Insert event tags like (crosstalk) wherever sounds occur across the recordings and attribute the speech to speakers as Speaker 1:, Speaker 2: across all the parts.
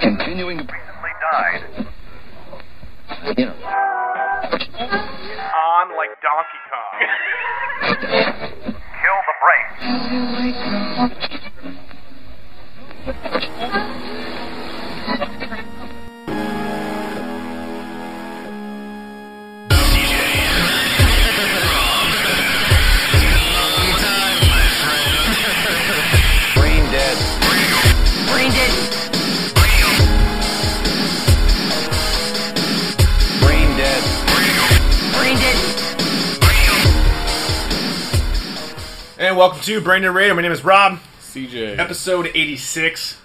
Speaker 1: Continuing to
Speaker 2: Recently died.
Speaker 1: you know,
Speaker 2: On like Donkey Kong. Kill the brakes.
Speaker 3: Brain dead.
Speaker 4: Brain dead.
Speaker 3: Brain dead.
Speaker 4: Brain dead.
Speaker 5: And welcome to Brandon Radio. My name is Rob.
Speaker 6: CJ.
Speaker 5: Episode 86.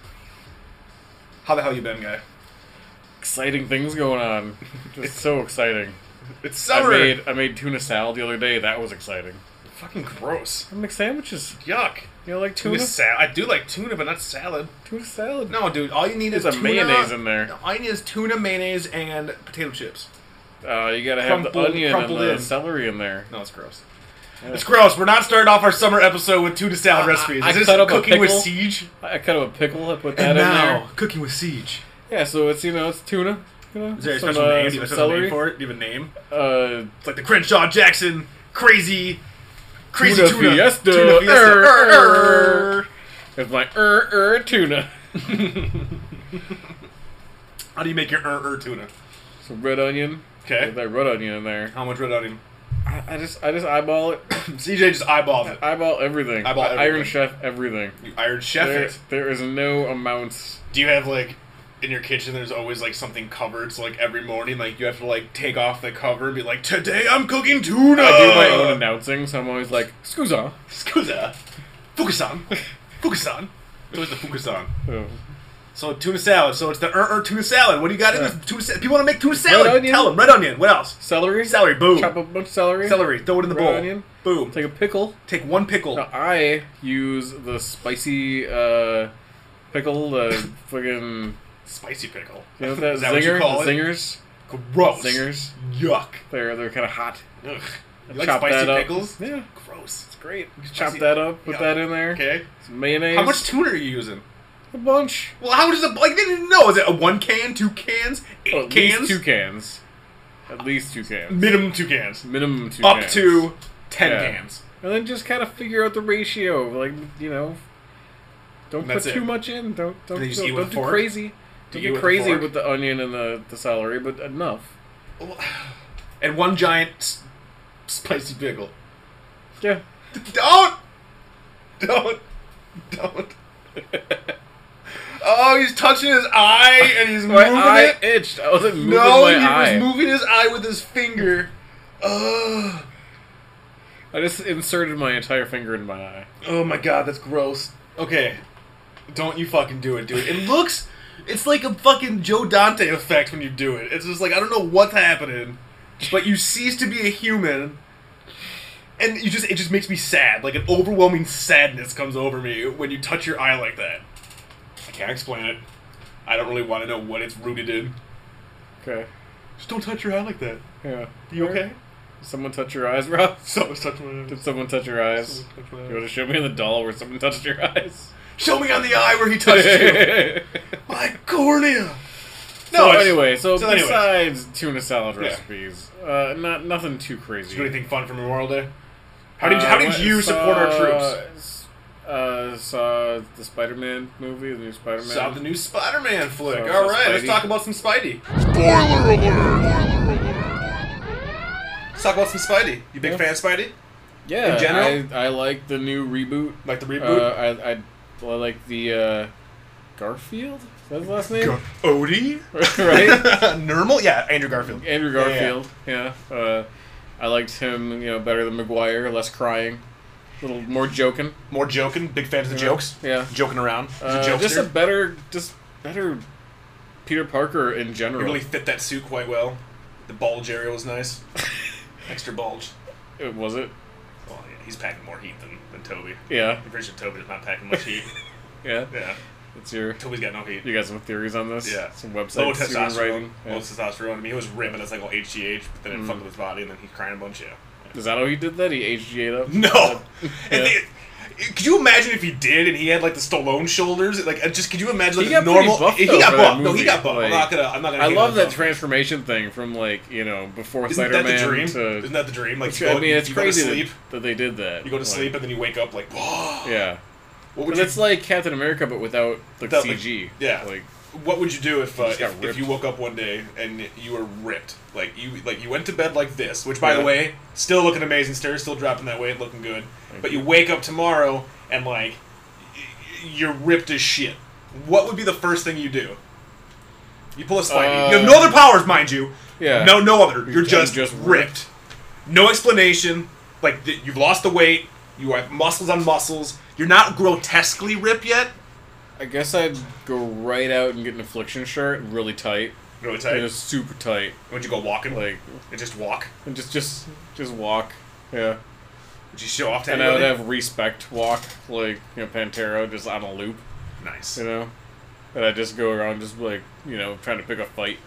Speaker 5: How the hell you been, guy?
Speaker 6: Exciting things
Speaker 5: (laughs)
Speaker 6: going on. Just so exciting.
Speaker 5: It's
Speaker 6: I
Speaker 5: summer.
Speaker 6: made I made tuna salad the other day. That was exciting.
Speaker 5: Fucking gross.
Speaker 6: I make sandwiches.
Speaker 5: Yuck.
Speaker 6: You know, like
Speaker 5: Tuna
Speaker 6: tuna,
Speaker 5: salad. I do like tuna, but not salad.
Speaker 6: tuna salad.
Speaker 5: No, dude. All you need
Speaker 6: There's
Speaker 5: is
Speaker 6: a
Speaker 5: tuna-
Speaker 6: mayonnaise in there.
Speaker 5: No, all you need is tuna, mayonnaise, and potato chips.
Speaker 6: Uh, you gotta have
Speaker 5: Crumpled-
Speaker 6: the onion and
Speaker 5: crumpled
Speaker 6: the
Speaker 5: in.
Speaker 6: celery in there.
Speaker 5: No, it's gross. It's gross. We're not starting off our summer episode with tuna salad recipes.
Speaker 6: I- I
Speaker 5: is
Speaker 6: cut
Speaker 5: this
Speaker 6: up a
Speaker 5: cooking with
Speaker 6: pickle.
Speaker 5: siege?
Speaker 6: I I cut up a pickle. I put that
Speaker 5: And
Speaker 6: in
Speaker 5: now cooking with siege.
Speaker 6: there. Yeah, so it's you know it's tuna. You know,
Speaker 5: Is there a
Speaker 6: some,
Speaker 5: special
Speaker 6: uh,
Speaker 5: name? Do you
Speaker 6: some
Speaker 5: have a special name
Speaker 6: celery.
Speaker 5: for it? Do you have a name?
Speaker 6: Uh,
Speaker 5: It's like the Crenshaw Jackson crazy, crazy
Speaker 6: Tuna
Speaker 5: tuna.
Speaker 6: fiesta. Er,
Speaker 5: Tuna fiesta.
Speaker 6: Err,
Speaker 5: Err, err.
Speaker 6: it's my er er tuna. (laughs)
Speaker 5: How do you make your er er tuna?
Speaker 6: Some red onion. Put
Speaker 5: Okay.
Speaker 6: that red onion in there.
Speaker 5: How much red onion? (laughs)
Speaker 6: I, I just I just eyeball it.
Speaker 5: CJ just eyeballs it.
Speaker 6: Eyeball everything.
Speaker 5: Eyeball
Speaker 6: I-
Speaker 5: everything.
Speaker 6: Iron Chef everything.
Speaker 5: You Iron Chef
Speaker 6: There,
Speaker 5: it.
Speaker 6: there is no amounts.
Speaker 5: Do you have like in your kitchen? There's always like something covered. So like every morning, like you have to like take off the cover and be like, "Today I'm cooking tuna."
Speaker 6: I do my
Speaker 5: Uh. (laughs)
Speaker 6: own announcing, so I'm always like, "Excuse me."
Speaker 5: Scusa,
Speaker 6: (laughs)
Speaker 5: fukusan, fukusan. It's always the fukusan.
Speaker 6: So,
Speaker 5: So tuna salad. So it's the er er tuna salad. What do you got in this tuna salad? People want to make tuna
Speaker 6: Red
Speaker 5: salad.
Speaker 6: onion?
Speaker 5: Tell them red onion. What else?
Speaker 6: celery,
Speaker 5: Celery. Boom.
Speaker 6: chop up a bunch of celery,
Speaker 5: Celery. Throw it in the
Speaker 6: Red
Speaker 5: bowl.
Speaker 6: onion?
Speaker 5: Boom. Take, Oh.
Speaker 6: Take a pickle.
Speaker 5: one pickle.
Speaker 6: Now, I use the spicy uh, pickle, the fucking
Speaker 5: Spicy pickle.
Speaker 6: you know that,
Speaker 5: Is that what you
Speaker 6: zinger,
Speaker 5: call it?
Speaker 6: zingers,
Speaker 5: Gross.
Speaker 6: zingers.
Speaker 5: Yuck.
Speaker 6: They're they're kind of hot.
Speaker 5: Ugh. You like
Speaker 6: Chop
Speaker 5: spicy
Speaker 6: that up.
Speaker 5: pickles?
Speaker 6: Yeah.
Speaker 5: Gross. It's
Speaker 6: Great. Chop
Speaker 5: Spicy-
Speaker 6: that up. Put
Speaker 5: Yeah.
Speaker 6: that in there.
Speaker 5: Okay.
Speaker 6: Some mayonnaise.
Speaker 5: How much tuna are you using?
Speaker 6: A bunch.
Speaker 5: Well, how does it like? They didn't know. Is it a one can, two cans, eight
Speaker 6: Oh, at
Speaker 5: cans,
Speaker 6: least two cans. At least two cans.
Speaker 5: minimum two cans,
Speaker 6: Minimum two.
Speaker 5: up
Speaker 6: cans.
Speaker 5: to ten
Speaker 6: Yeah.
Speaker 5: cans.
Speaker 6: And then just kind of figure out the ratio, like you know, don't
Speaker 5: That's
Speaker 6: put too
Speaker 5: it.
Speaker 6: much in. Don't don't
Speaker 5: Then you just
Speaker 6: don't,
Speaker 5: eat
Speaker 6: don't
Speaker 5: with
Speaker 6: do
Speaker 5: a fork?
Speaker 6: crazy. Don't
Speaker 5: you eat
Speaker 6: get
Speaker 5: with a
Speaker 6: crazy
Speaker 5: fork?
Speaker 6: with the onion and the, the celery, but enough.
Speaker 5: And one giant s- spicy pickle.
Speaker 6: Yeah,
Speaker 5: (laughs) Don't, don't, don't. (laughs) oh, he's touching his eye and he's
Speaker 6: my
Speaker 5: moving
Speaker 6: eye
Speaker 5: it.
Speaker 6: itched. I wasn't moving
Speaker 5: No,
Speaker 6: my
Speaker 5: he
Speaker 6: eye.
Speaker 5: was moving his eye with his finger. Ugh.
Speaker 6: I just inserted my entire finger in my eye.
Speaker 5: Oh my god, that's gross. Okay. Don't you fucking do it, dude. It looks it's like a fucking Joe Dante effect when you do it. It's just like I don't know what's happening, but you cease to be a human. And you just it just makes me sad. Like an overwhelming sadness comes over me when you touch your eye like that. I can't explain it. I don't really want to know what it's rooted in.
Speaker 6: Okay,
Speaker 5: Just don't touch your eye like that.
Speaker 6: yeah.
Speaker 5: You okay?
Speaker 6: Someone touch your eyes, (laughs) Rob?
Speaker 5: So touch my
Speaker 6: Did someone touch your eyes?
Speaker 5: Someone touched my
Speaker 6: You
Speaker 5: eyes.
Speaker 6: want to show me the doll where someone touched your eyes?
Speaker 5: Show me on the eye where he touched
Speaker 6: (laughs)
Speaker 5: you. my cornea. No,
Speaker 6: so
Speaker 5: it's-
Speaker 6: anyway, so,
Speaker 5: so anyways.
Speaker 6: besides tuna salad
Speaker 5: Yeah.
Speaker 6: recipes, uh, not nothing too crazy.
Speaker 5: Do anything fun for Memorial Day? How did
Speaker 6: Uh,
Speaker 5: how did you support our troops?
Speaker 6: troops? Uh, saw the Spider-Man movie, the new Spider-Man.
Speaker 5: Saw the new Spider-Man flick.
Speaker 6: So-
Speaker 5: All
Speaker 6: so
Speaker 5: right, let's
Speaker 6: Spidey.
Speaker 5: talk about some Spidey. Spoiler alert! Let's talk about some Spidey. You big
Speaker 6: Yeah.
Speaker 5: fan of Spidey?
Speaker 6: yeah,
Speaker 5: in general?
Speaker 6: I, I like the new reboot.
Speaker 5: Like the
Speaker 6: Uh,
Speaker 5: reboot?
Speaker 6: I, I I like the uh, Garfield. Is that his last name?
Speaker 5: Gar- Odie? (laughs)
Speaker 6: (laughs) right,
Speaker 5: Normal? Yeah, Andrew Garfield.
Speaker 6: Andrew
Speaker 5: Yeah, yeah.
Speaker 6: Garfield. Yeah. Uh, I liked him, you know, better than McGuire. Less crying, a little more joking.
Speaker 5: More joking. Big fan of the jokes.
Speaker 6: Yeah.
Speaker 5: Joking around. He's
Speaker 6: Uh,
Speaker 5: a
Speaker 6: just
Speaker 5: jokester.
Speaker 6: a better, just better Peter Parker in general.
Speaker 5: He really fit that suit quite well. The bulge area was
Speaker 6: (laughs)
Speaker 5: nice. Extra bulge.
Speaker 6: It- was it?
Speaker 5: Well, yeah, he's packing more heat than, than Toby.
Speaker 6: Yeah,
Speaker 5: I'm pretty sure Toby's not packing much (laughs) heat.
Speaker 6: yeah.
Speaker 5: yeah.
Speaker 6: It's your.
Speaker 5: Toby's got no heat.
Speaker 6: You got some theories on this?
Speaker 5: Yeah.
Speaker 6: Some
Speaker 5: low
Speaker 6: websites you've been
Speaker 5: testosterone.
Speaker 6: writing.
Speaker 5: Low
Speaker 6: Yeah. Mm.
Speaker 5: testosterone. I mean, he was ripping us like all HGH, but then it fucked with
Speaker 6: (laughs)
Speaker 5: his body, and then he's crying a bunch. Yeah.
Speaker 6: Is that how he did that? He HGA'd up?
Speaker 5: (laughs) No.
Speaker 6: Uh,
Speaker 5: and
Speaker 6: yeah.
Speaker 5: they, could you imagine if he did and he had like the Stallone shoulders? Like, uh, just could you imagine like
Speaker 6: He got
Speaker 5: a normal?
Speaker 6: pretty buff,
Speaker 5: he
Speaker 6: though,
Speaker 5: got
Speaker 6: for that
Speaker 5: buff. No, he
Speaker 6: movie.
Speaker 5: got buff. I'm not
Speaker 6: Like,
Speaker 5: gonna. I'm not gonna.
Speaker 6: I
Speaker 5: hate
Speaker 6: love
Speaker 5: on
Speaker 6: that
Speaker 5: him.
Speaker 6: transformation thing from like you know before
Speaker 5: Isn't
Speaker 6: Spider-Man
Speaker 5: that the dream?
Speaker 6: to.
Speaker 5: Isn't that the dream? Like, you
Speaker 6: (laughs) I
Speaker 5: go-
Speaker 6: mean, it's
Speaker 5: you
Speaker 6: crazy
Speaker 5: Go
Speaker 6: that-
Speaker 5: to sleep.
Speaker 6: That, they did that.
Speaker 5: You go to
Speaker 6: Like,
Speaker 5: sleep and then you wake up like, (gasps) whoa.
Speaker 6: Yeah,
Speaker 5: What (laughs) would
Speaker 6: but
Speaker 5: you?
Speaker 6: it's like Captain America, but without the
Speaker 5: Without, like,
Speaker 6: CG.
Speaker 5: yeah.
Speaker 6: like
Speaker 5: what would you do if, uh,
Speaker 6: just got
Speaker 5: if, if
Speaker 6: ripped.
Speaker 5: you woke up one day and you were ripped? Like you like you went to bed like this, which by the
Speaker 6: Yeah.
Speaker 5: way, still looking amazing, still still dropping that weight, looking good. but you. wake up tomorrow and like y- y- you're ripped as shit. What would be the first thing you do? You pull a slight. you have no
Speaker 6: Uh,
Speaker 5: other powers, mind you.
Speaker 6: yeah.
Speaker 5: No, no other. You're,
Speaker 6: I'm
Speaker 5: just,
Speaker 6: just
Speaker 5: ripped. No explanation. Like th- you've lost the weight. You have muscles on muscles. You're not grotesquely ripped yet.
Speaker 6: I guess I'd go right out and get an affliction shirt, really tight,
Speaker 5: Really tight.
Speaker 6: just super tight,
Speaker 5: Would you go walking?
Speaker 6: like
Speaker 5: and just walk?
Speaker 6: and just just just walk. Yeah,
Speaker 5: Would you show off to
Speaker 6: and I would
Speaker 5: anybody?
Speaker 6: have respect walk like you know Pantera just on a loop,
Speaker 5: nice.
Speaker 6: you know, and I just go around just like you know trying to pick a fight.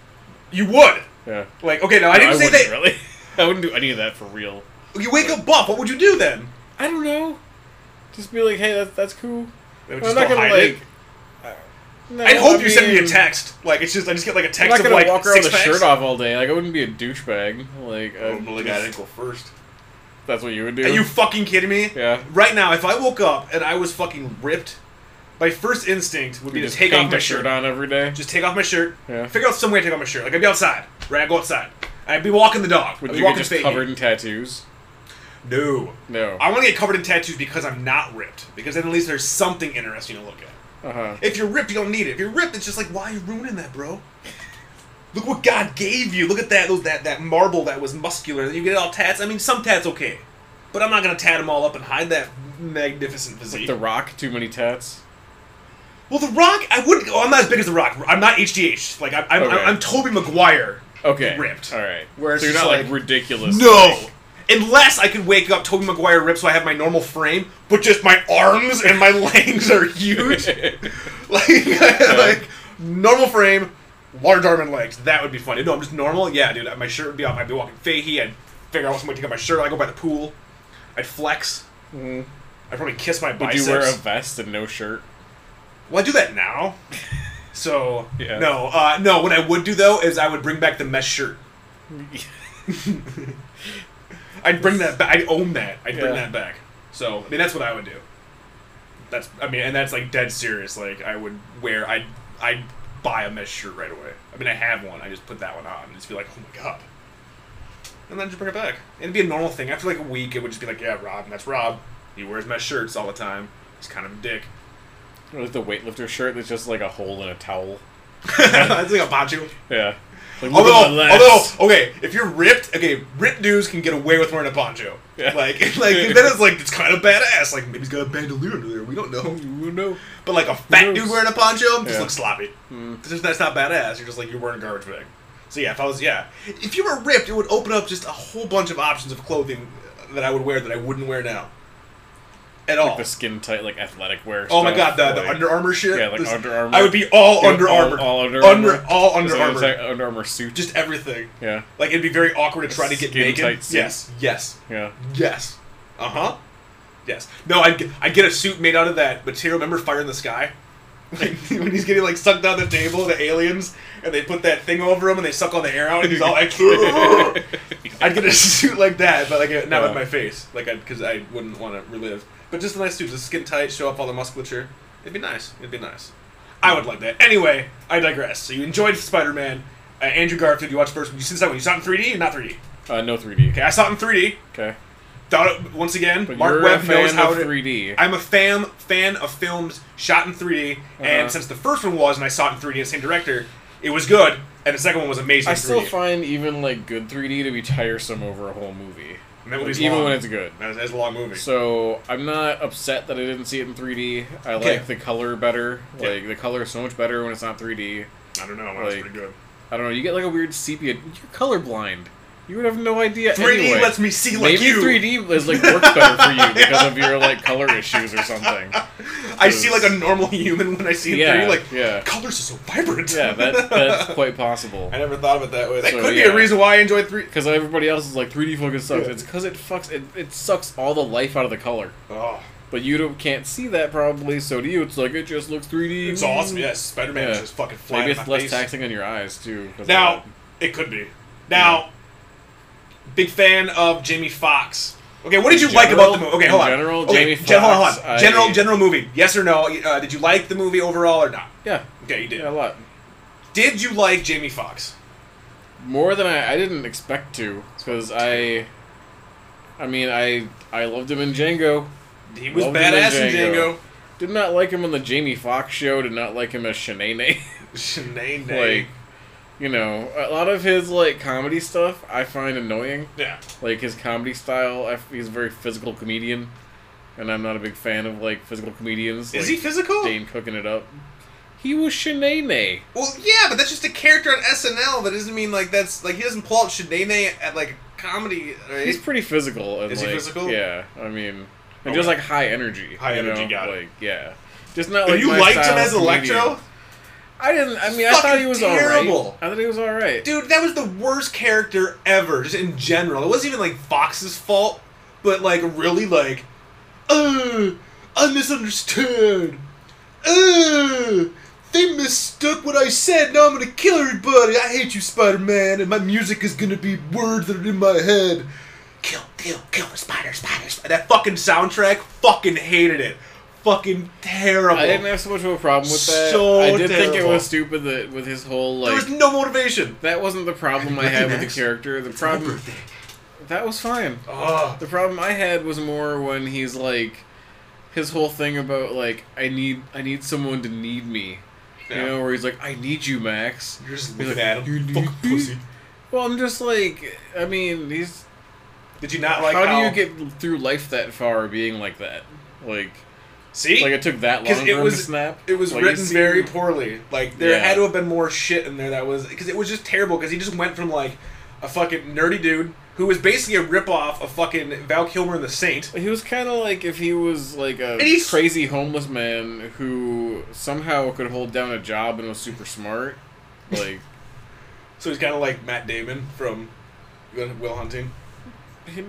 Speaker 5: You would.
Speaker 6: Yeah,
Speaker 5: Like, okay, now I didn't
Speaker 6: I
Speaker 5: say
Speaker 6: wouldn't
Speaker 5: that.
Speaker 6: really. (laughs) I wouldn't do any of that for real.
Speaker 5: You wake up buff. What would you do then?
Speaker 6: I don't know. Just be like, hey, that, that's cool.
Speaker 5: They would
Speaker 6: I'm
Speaker 5: just
Speaker 6: not
Speaker 5: go
Speaker 6: gonna
Speaker 5: hide
Speaker 6: like. uh,
Speaker 5: it.
Speaker 6: No,
Speaker 5: I hope
Speaker 6: I
Speaker 5: you send me a
Speaker 6: mean,
Speaker 5: text. Like, it's just I just get like a
Speaker 6: I'm
Speaker 5: text
Speaker 6: not
Speaker 5: of
Speaker 6: gonna
Speaker 5: like
Speaker 6: walk around
Speaker 5: six
Speaker 6: with a
Speaker 5: packs.
Speaker 6: shirt off all day. Like I wouldn't be a douchebag. Like
Speaker 5: Oh,
Speaker 6: I
Speaker 5: well, the guy didn't go first.
Speaker 6: that's what you would do.
Speaker 5: Are you fucking kidding me?
Speaker 6: Yeah.
Speaker 5: Right now, if I woke up and I was fucking ripped, my first instinct would be
Speaker 6: You
Speaker 5: to
Speaker 6: just
Speaker 5: take
Speaker 6: paint
Speaker 5: off my
Speaker 6: a shirt
Speaker 5: shirt.
Speaker 6: on every day.
Speaker 5: Just take off my shirt.
Speaker 6: Yeah.
Speaker 5: Figure out some way to take off my shirt. Like I'd be outside. Right, I'd go outside. I'd be walking the dog.
Speaker 6: would
Speaker 5: I'd be
Speaker 6: you get
Speaker 5: walking
Speaker 6: just
Speaker 5: fake.
Speaker 6: covered in tattoos?
Speaker 5: No.
Speaker 6: No.
Speaker 5: I want to get covered in tattoos because I'm not ripped. Because then at least there's something interesting to look at.
Speaker 6: Uh-huh.
Speaker 5: If you're ripped, you don't need it. If you're ripped, it's just like, why are you ruining that, bro? Look what God gave you. Look at that those, that that marble that was muscular. You get all tats. I mean, some tats okay, but I'm not gonna tat them all up and hide that magnificent
Speaker 6: Like
Speaker 5: physique.
Speaker 6: the Rock, too many tats.
Speaker 5: well, the Rock, I wouldn't. Oh, I'm not as big as the Rock. I'm not HGH. Like I'm, I'm,
Speaker 6: Okay.
Speaker 5: I'm, I'm Toby Maguire.
Speaker 6: Okay.
Speaker 5: Ripped.
Speaker 6: All right.
Speaker 5: Where it's
Speaker 6: so you're
Speaker 5: just
Speaker 6: not like,
Speaker 5: like-
Speaker 6: ridiculous.
Speaker 5: No. Unless I could wake up Toby Maguire ripped so I have my normal frame, but just my arms and my (laughs) legs are
Speaker 6: (laughs)
Speaker 5: huge. (laughs) like, like normal frame, large arm and legs. That would be funny. No, I'm just normal. Yeah, dude. My shirt would be off. I'd be walking fahey. I'd figure out some way to get my shirt. I'd go by the pool. I'd flex. I'd probably kiss my
Speaker 6: Mm-hmm. Would
Speaker 5: biceps.
Speaker 6: you wear a vest and no shirt?
Speaker 5: Well, I do that
Speaker 6: (laughs)
Speaker 5: now. So
Speaker 6: Yeah.
Speaker 5: no, uh, no. What I would do though is I would bring back the mesh
Speaker 6: (laughs)
Speaker 5: shirt. I'd bring that back. I'd own that. I'd bring
Speaker 6: Yeah.
Speaker 5: that back. So I mean, that's what I would do. That's I mean, and that's like dead serious. Like I would wear. I'd I'd buy a mesh shirt right away. I mean, I have one. I just put that one on and just be like, oh my god. And then just bring it back. It'd be a normal thing. After like a week, it would just be like, yeah, Rob. That's Rob. He wears mesh shirts all the time. He's kind of a dick.
Speaker 6: Or like the weightlifter shirt that's just like a hole in a towel.
Speaker 5: (laughs) That's like a poncho.
Speaker 6: Yeah. Like,
Speaker 5: Oh,
Speaker 6: look
Speaker 5: (laughs)
Speaker 6: at my
Speaker 5: Although,
Speaker 6: legs.
Speaker 5: although, okay, if you're ripped, okay, ripped dudes can get away with wearing a poncho.
Speaker 6: Yeah.
Speaker 5: Like, (laughs) like then it's like it's kind of badass. Like maybe he's got a bandolier under there. We don't know.
Speaker 6: You know.
Speaker 5: But like a fat
Speaker 6: knows?
Speaker 5: dude wearing a poncho just
Speaker 6: Yeah. Hmm.
Speaker 5: looks sloppy. Just, that's not badass. You're just like you're wearing a garbage bag. So yeah, if I was yeah, if you were ripped, it would open up just a whole bunch of options of clothing that I would wear that I wouldn't wear now. At all.
Speaker 6: The skin tight, like athletic wear.
Speaker 5: Oh my god,
Speaker 6: stuff,
Speaker 5: the, the
Speaker 6: like-
Speaker 5: Under Armour shit.
Speaker 6: Yeah, like
Speaker 5: This-
Speaker 6: Under Armour.
Speaker 5: I would be all
Speaker 6: Yeah,
Speaker 5: Under
Speaker 6: all-
Speaker 5: Armour.
Speaker 6: all Under Armour.
Speaker 5: all
Speaker 6: Just
Speaker 5: Under
Speaker 6: like an
Speaker 5: Armour.
Speaker 6: entire Under Armour suit.
Speaker 5: Just everything.
Speaker 6: yeah.
Speaker 5: Like it'd be very awkward to try to get
Speaker 6: Skin
Speaker 5: naked.
Speaker 6: tight suit.
Speaker 5: yes, yes,
Speaker 6: Yeah.
Speaker 5: yes. Uh huh. Yes. No, I'd get, I'd get a suit made out of that material. Remember Fire in the Sky? Like, (laughs) when he's getting like sucked down the table, the aliens, and they put that thing over him and they suck all the air out, and he's all like, (laughs) I'd get a suit like that, but like not
Speaker 6: Yeah.
Speaker 5: with my face, like I because I wouldn't want to relive. But just a nice suit, just skin tight, show off all the musculature. It'd be nice. It'd be nice. I would like that. Anyway, I digress. So you enjoyed Spider Man. Uh, Andrew Garfield, you watched first. You since that one, you saw it in 3D, not 3D.
Speaker 6: Uh, no 3D.
Speaker 5: Okay, I saw it in 3D.
Speaker 6: Okay.
Speaker 5: Thought it once again.
Speaker 6: But
Speaker 5: Mark
Speaker 6: you're
Speaker 5: Webb
Speaker 6: a
Speaker 5: knows
Speaker 6: fan
Speaker 5: how
Speaker 6: of
Speaker 5: to.
Speaker 6: 3D.
Speaker 5: I'm a fan fan of films shot in 3D,
Speaker 6: Uh-huh.
Speaker 5: and since the first one was, and I saw it in 3D, and the same director, it was good, and the second one was amazing.
Speaker 6: I
Speaker 5: in
Speaker 6: still
Speaker 5: 3D.
Speaker 6: find even like good 3D to be tiresome over a whole movie,
Speaker 5: And that
Speaker 6: Like,
Speaker 5: movie's
Speaker 6: even
Speaker 5: long.
Speaker 6: when it's good.
Speaker 5: That- that's a long movie.
Speaker 6: So I'm not upset that I didn't see it in 3D. I
Speaker 5: Okay.
Speaker 6: like the color better.
Speaker 5: Yeah.
Speaker 6: Like the color is so much better when it's not 3D.
Speaker 5: I don't know. That was
Speaker 6: like,
Speaker 5: pretty good.
Speaker 6: I don't know. You get like a weird sepia. You're colorblind. You would have no idea.
Speaker 5: 3D
Speaker 6: anyway.
Speaker 5: lets me see like
Speaker 6: Maybe
Speaker 5: you.
Speaker 6: 3D is like works better for you because of your like color issues or something.
Speaker 5: (laughs) I see like a normal human when I see it
Speaker 6: Yeah,
Speaker 5: 3D. Like
Speaker 6: yeah.
Speaker 5: colors are so vibrant.
Speaker 6: Yeah, that that's quite possible.
Speaker 5: (laughs) I never thought of it that way. That
Speaker 6: So,
Speaker 5: could be
Speaker 6: yeah.
Speaker 5: a reason why I enjoy 3
Speaker 6: Because everybody else is like 3D fucking sucks.
Speaker 5: Yeah.
Speaker 6: It's because it fucks. It, it sucks all the life out of the color.
Speaker 5: Oh,
Speaker 6: But you don't, can't see that probably, so to you it's like it just looks 3D.
Speaker 5: It's awesome. Yes, Spider Man
Speaker 6: Yeah.
Speaker 5: is just fucking flying.
Speaker 6: Maybe
Speaker 5: in
Speaker 6: it's
Speaker 5: my
Speaker 6: less
Speaker 5: face.
Speaker 6: taxing on your eyes too. 'cause of
Speaker 5: Now
Speaker 6: that.
Speaker 5: it could be. Now, big fan of Jamie Fox. Okay, what did
Speaker 6: In
Speaker 5: you like about the
Speaker 6: general-
Speaker 5: movie? Okay,
Speaker 6: in
Speaker 5: hold on.
Speaker 6: general,
Speaker 5: okay,
Speaker 6: Jamie
Speaker 5: gen- hold on, hold on.
Speaker 6: Foxx,
Speaker 5: General,
Speaker 6: I-
Speaker 5: general movie. Yes or no? Uh, did you like the movie overall or not?
Speaker 6: yeah,
Speaker 5: Okay, you did.
Speaker 6: yeah, a lot
Speaker 5: Did you like Jamie Fox?
Speaker 6: more than I, I didn't expect to because I, I mean I I loved him in Django.
Speaker 5: He was
Speaker 6: Loved him in
Speaker 5: badass in
Speaker 6: Django.
Speaker 5: Django.
Speaker 6: Did not like him on the Jamie Foxx show. Did not (laughs) like him as Shanae.
Speaker 5: (laughs) Shanae.
Speaker 6: like, you know, a lot of his like comedy stuff I find annoying.
Speaker 5: yeah.
Speaker 6: like his comedy style. I, he's a very physical comedian, and I'm not a big fan of like physical comedians.
Speaker 5: Is
Speaker 6: like,
Speaker 5: he physical?
Speaker 6: Dane cooking it up. He was Shanae.
Speaker 5: Well, yeah, but that's just a character on SNL. That doesn't mean like that's like he doesn't pull out Shanae at like comedy. Right?
Speaker 6: He's pretty physical. And,
Speaker 5: Is he
Speaker 6: like,
Speaker 5: physical?
Speaker 6: Yeah, I mean, and
Speaker 5: Okay.
Speaker 6: just like high energy.
Speaker 5: High
Speaker 6: you
Speaker 5: energy,
Speaker 6: know?
Speaker 5: got it.
Speaker 6: Like yeah, just not.
Speaker 5: and
Speaker 6: Like
Speaker 5: you
Speaker 6: my
Speaker 5: liked
Speaker 6: style
Speaker 5: him as
Speaker 6: of comedian.
Speaker 5: Electro?
Speaker 6: I didn't. I mean, I
Speaker 5: Fucking
Speaker 6: thought he was
Speaker 5: terrible.
Speaker 6: alright. I thought he was alright.
Speaker 5: Dude, that was the worst character ever, just in general. It wasn't even like Fox's fault, but like really like, uh, I misunderstood. Uh, they mistook what I said. Now I'm gonna kill everybody. I hate you, Spider-Man, and my music is gonna be words that are in my head. Kill, kill, kill, spider, spider, spider. That fucking soundtrack, fucking hated it. Fucking terrible.
Speaker 6: I didn't have so much of a problem with that.
Speaker 5: So
Speaker 6: I did think it
Speaker 5: terrible.
Speaker 6: was stupid that with his whole like
Speaker 5: there was no motivation.
Speaker 6: that wasn't the problem I
Speaker 5: Happy
Speaker 6: had
Speaker 5: birthday,
Speaker 6: with the
Speaker 5: Max.
Speaker 6: character. The
Speaker 5: My
Speaker 6: problem
Speaker 5: birthday.
Speaker 6: that was fine.
Speaker 5: Ugh.
Speaker 6: The problem I had was more when he's like his whole thing about like I need I need someone to need me.
Speaker 5: Yeah.
Speaker 6: You know, where he's like, I need you, Max.
Speaker 5: You're just
Speaker 6: He's
Speaker 5: looking
Speaker 6: like,
Speaker 5: at him.
Speaker 6: "You need
Speaker 5: Fuck
Speaker 6: me?"
Speaker 5: pussy.
Speaker 6: Well, I'm just like I mean, he's
Speaker 5: Did you not like
Speaker 6: how,
Speaker 5: how,
Speaker 6: do you get through life that far being like that? Like
Speaker 5: See,
Speaker 6: like it took that long
Speaker 5: because
Speaker 6: for
Speaker 5: it
Speaker 6: him to
Speaker 5: was
Speaker 6: snap.
Speaker 5: it was
Speaker 6: Like, you
Speaker 5: written
Speaker 6: see-
Speaker 5: very poorly. Like there
Speaker 6: Yeah.
Speaker 5: had to have been more shit in there that was because it was just terrible. Because he just went from like a fucking nerdy dude who was basically a ripoff of fucking Val Kilmer and the Saint.
Speaker 6: He was kind of like if he was like a
Speaker 5: he's-
Speaker 6: crazy homeless man who somehow could hold down a job and was super smart.
Speaker 5: (laughs)
Speaker 6: Like
Speaker 5: So he's kind of like Matt Damon from Will Hunting.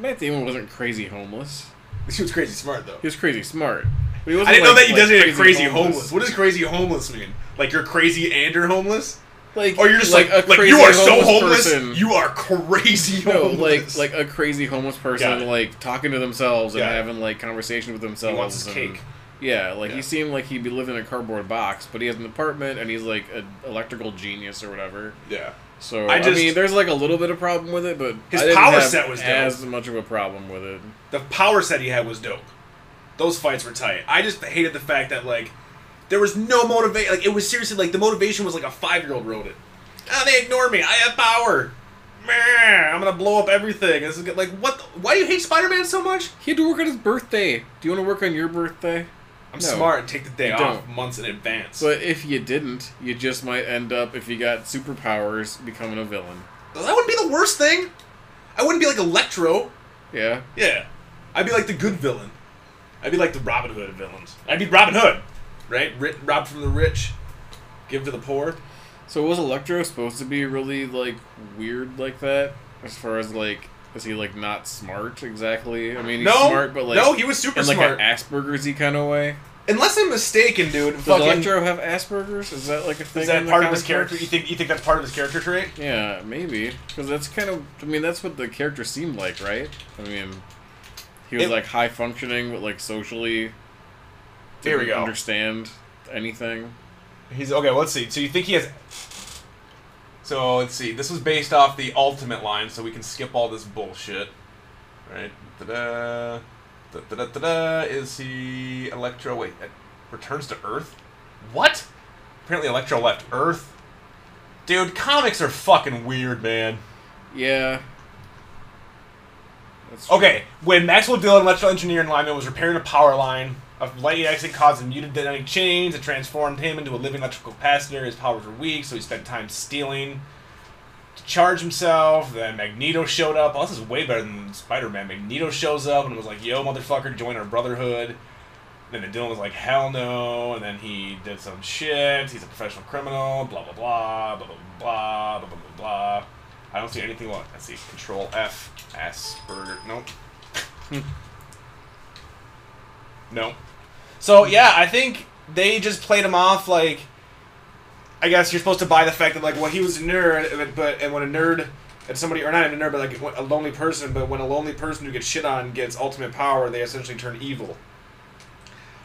Speaker 6: Matt Damon wasn't crazy homeless.
Speaker 5: He was crazy smart though.
Speaker 6: He was crazy smart. But he wasn't
Speaker 5: I didn't know
Speaker 6: like-
Speaker 5: that you
Speaker 6: like
Speaker 5: designated crazy homeless. What does crazy homeless mean? Like you're crazy and you're homeless,
Speaker 6: Like,
Speaker 5: or you're just like like,
Speaker 6: crazy
Speaker 5: you are so homeless,
Speaker 6: person-
Speaker 5: you are crazy
Speaker 6: no,
Speaker 5: homeless.
Speaker 6: like like a crazy homeless
Speaker 5: Got it.
Speaker 6: person, like talking to themselves and
Speaker 5: Got it.
Speaker 6: having like conversation with themselves.
Speaker 5: wants his
Speaker 6: and-
Speaker 5: cake.
Speaker 6: Yeah, like
Speaker 5: Yeah.
Speaker 6: he seemed like he'd be living in a cardboard box, but he has an apartment and he's like an electrical genius or whatever.
Speaker 5: yeah.
Speaker 6: So
Speaker 5: I
Speaker 6: I,
Speaker 5: just-
Speaker 6: mean, there's like a little bit of problem with it, but
Speaker 5: His
Speaker 6: I didn't
Speaker 5: power
Speaker 6: have
Speaker 5: set was dope.
Speaker 6: as much of a problem with it.
Speaker 5: the power set he had was dope. Those fights were tight. I just hated the fact that like there was no motivation. Like it was seriously like the motivation was like a five year old wrote it. Ah, they ignore me. I have power. Meh, I'm gonna blow up everything. This is good. like what? the- why do you hate Spider Man so much?
Speaker 6: He had to work on his birthday. Do you want to work on your birthday?
Speaker 5: I'm
Speaker 6: No.
Speaker 5: smart and take the day
Speaker 6: You
Speaker 5: off
Speaker 6: don't.
Speaker 5: months in advance.
Speaker 6: But if you didn't, you just might end up, if you got superpowers, becoming a villain.
Speaker 5: that wouldn't be the worst thing. I wouldn't be like Electro.
Speaker 6: Yeah.
Speaker 5: Yeah, I'd be like the good villain. I'd be like the Robin Hood of villains. I'd be Robin Hood, right? Ri- rob from the rich, give to the poor.
Speaker 6: So was Electro supposed to be really like weird like that? As far as like, is he like not smart exactly? I mean, he's
Speaker 5: No,
Speaker 6: smart, but like
Speaker 5: no, he was super
Speaker 6: in like
Speaker 5: smart.
Speaker 6: an Asperger's y kind of way.
Speaker 5: Unless I'm mistaken, dude.
Speaker 6: Does
Speaker 5: fucking,
Speaker 6: Electro have Asperger's? Is that like a thing?
Speaker 5: is that
Speaker 6: in the
Speaker 5: part of his
Speaker 6: comic
Speaker 5: character?
Speaker 6: books?
Speaker 5: You think you think that's part of his character trait?
Speaker 6: Yeah, maybe because that's kind of. I mean, that's what the character seemed like, right? I mean, he was
Speaker 5: It-
Speaker 6: like high functioning, but like socially
Speaker 5: Here we
Speaker 6: didn't
Speaker 5: go.
Speaker 6: understand anything.
Speaker 5: He's okay. Let's see. So you think he has? So let's see. This was based off the Ultimate line, so we can skip all this bullshit. Right? Da-da. Da-da-da-da. Is he Electro? Wait, that returns to Earth? What? Apparently, Electro left Earth. Dude, comics are fucking weird, man.
Speaker 6: Yeah. That's true.
Speaker 5: Okay, when Maxwell Dillon, electrical engineer in Lyman, was repairing a power line, a lightning accident caused a mutagenic change that transformed him into a living electrical capacitor. His powers were weak, so he spent time stealing to charge himself. Then Magneto showed up. Oh, this is way better than Spider Man. Magneto shows up and was like, yo, motherfucker, join our brotherhood. Then the Dylan was like, hell no. And then he did some shit. He's a professional criminal. Blah, blah, blah. Blah, blah, blah. Blah, blah, blah, blah. I don't see anything. Well, let's see.
Speaker 7: (laughs)
Speaker 5: Control F. Asperger. Nope. No.
Speaker 7: So yeah, I think they just played him off like. I guess you're supposed to buy the fact that like well he was a nerd, but, but and when a nerd and somebody or not a nerd but like when- a lonely person, but when a lonely person who gets shit on gets ultimate power, they essentially turn evil.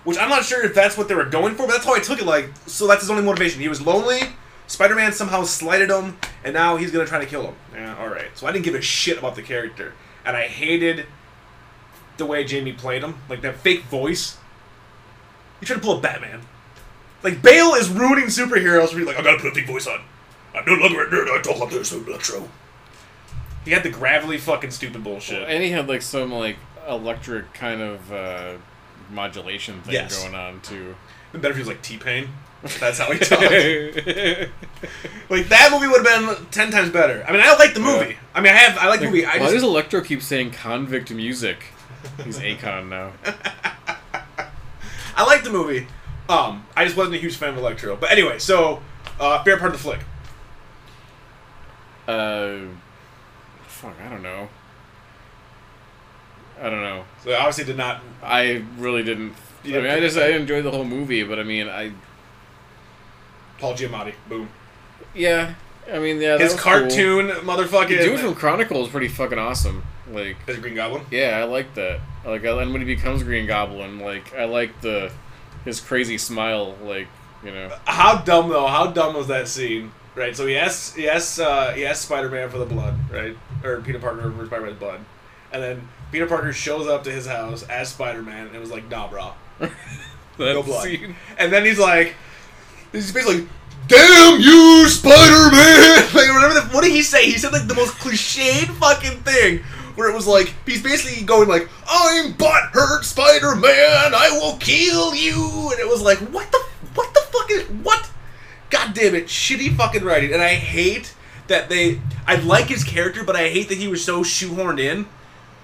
Speaker 7: Which I'm not sure if that's what they were going for, but that's how I took it. Like so that's his only motivation. He was lonely. Spider-Man somehow slighted him, and now he's gonna try to kill him. Yeah, all right. So I didn't give a shit about the character, and I hated the way Jamie played him, like that fake voice. You try to pull a Batman. Like Bale is ruining superheroes. Where he's like, I gotta put a big voice on. I'm no longer a nerd. I talk like this, Electro. He had the gravelly fucking stupid bullshit.
Speaker 6: And he had like some like electric kind of uh, modulation thing
Speaker 7: Yes.
Speaker 6: going
Speaker 5: (laughs)
Speaker 6: on too.
Speaker 5: It'd be better if he was like T Pain. That's how he
Speaker 6: (laughs)
Speaker 5: talked. like that movie would have been ten times better. I mean, I like the movie. I mean, I have I like the movie. I
Speaker 6: Why
Speaker 5: just
Speaker 6: does Electro keep saying convict music? He's Akon
Speaker 5: (laughs)
Speaker 6: now.
Speaker 5: I like the movie. Um, I just wasn't a huge fan of Electro. But anyway, so uh, fair part of the flick.
Speaker 6: Uh, fuck, I don't know. I don't know.
Speaker 5: So obviously did not.
Speaker 6: I really didn't. I mean, I just I enjoyed the whole movie, but I mean, I
Speaker 5: Paul Giamatti. Boom.
Speaker 6: yeah. I mean, yeah. that
Speaker 5: His
Speaker 6: was Cool.
Speaker 5: cartoon motherfucking.
Speaker 6: The dude from Chronicle is pretty fucking awesome. Like,
Speaker 5: Is it Green Goblin.
Speaker 6: yeah, I like that. I Like, I, and when he becomes Green Goblin, like, I like the his crazy smile. Like, you know,
Speaker 5: How dumb though? How dumb was that scene? Right. So he asks, he asks, uh, he asks Spider-Man for the blood, right? Or Peter Parker for Spider-Man's blood, and then Peter Parker shows up to his house as Spider-Man and was like, "Nah, bro,
Speaker 6: (laughs) that
Speaker 5: no blood."
Speaker 6: scene.
Speaker 5: And then he's like, he's basically, "Damn you, Spider-Man!" (laughs) Like, remember the, what did he say? He said like the most cliched fucking thing. Where it was like he's basically going like I'm butt hurt Spider Man I will kill you and it was like what the what the fuck is what God damn it, shitty fucking writing. And I hate that they. I like his character, but I hate that he was so shoehorned in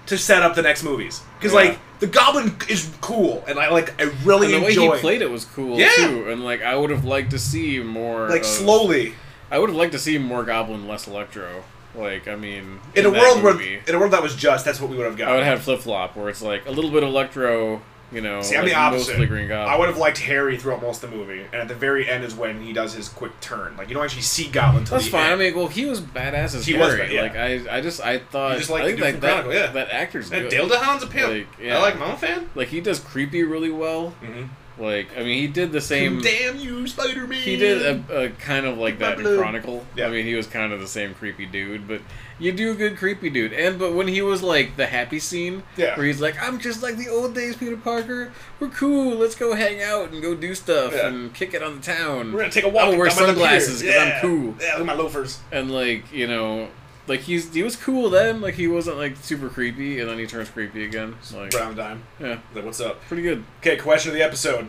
Speaker 5: to set up the next movies. Because
Speaker 6: Yeah.
Speaker 5: like the Goblin is cool, and I like I really
Speaker 6: And the way
Speaker 5: enjoy
Speaker 6: he played it was cool
Speaker 5: Yeah.
Speaker 6: too, and like I would have liked to see more.
Speaker 5: like
Speaker 6: of-
Speaker 5: slowly
Speaker 6: I would have liked to see more Goblin, less Electro. Like, I mean,
Speaker 5: in, a
Speaker 6: that
Speaker 5: world
Speaker 6: movie.
Speaker 5: where in a world that was just that's what we would have
Speaker 6: I would
Speaker 5: gotten.
Speaker 6: have had flip flop, where it's like a little bit of Electro, you know,
Speaker 5: See, I'm
Speaker 6: like
Speaker 5: the opposite.
Speaker 6: mostly Green Goblin.
Speaker 5: I would have liked Harry throughout most of the movie, and at the very end is when he does his quick turn. Like you don't actually see Goblin. Till
Speaker 6: That's
Speaker 5: the
Speaker 6: fine.
Speaker 5: End.
Speaker 6: I mean, well, he was badass as
Speaker 5: He
Speaker 6: Harry.
Speaker 5: was bad- yeah.
Speaker 6: Like, I, I just, I thought,
Speaker 5: You just like the
Speaker 6: I think
Speaker 5: dude
Speaker 6: like
Speaker 5: from
Speaker 6: that,
Speaker 5: Chronicle, yeah.
Speaker 6: that actor's
Speaker 5: And
Speaker 6: good.
Speaker 5: Dildahan's a pimp.
Speaker 6: Like, yeah.
Speaker 5: I like my own fan.
Speaker 6: Like, he does creepy really well.
Speaker 5: Mhm.
Speaker 6: Like, I mean, he did the same.
Speaker 5: Damn you, Spider Man.
Speaker 6: He did a, a kind of like
Speaker 5: Keep my
Speaker 6: that in
Speaker 5: blood.
Speaker 6: Chronicle.
Speaker 5: Yeah.
Speaker 6: I mean, he was kind of the same creepy dude, but you do a good creepy dude. And but when he was like the happy scene,
Speaker 5: Yeah.
Speaker 6: where he's like, "I'm just like the old days, Peter Parker. We're cool. Let's go hang out and go do stuff
Speaker 5: Yeah.
Speaker 6: and kick it on the town.
Speaker 5: We're gonna take a walk.
Speaker 6: I'll wear
Speaker 5: down by the pier.
Speaker 6: sunglasses because
Speaker 5: Yeah.
Speaker 6: I'm cool.
Speaker 5: Yeah, look at my loafers.
Speaker 6: And like you know, like he's he was cool then. Like he wasn't like super creepy, and then he turns creepy again. Like
Speaker 5: Brown dime.
Speaker 6: yeah,
Speaker 5: Like, what's up?
Speaker 6: pretty good.
Speaker 5: Okay, question of the episode: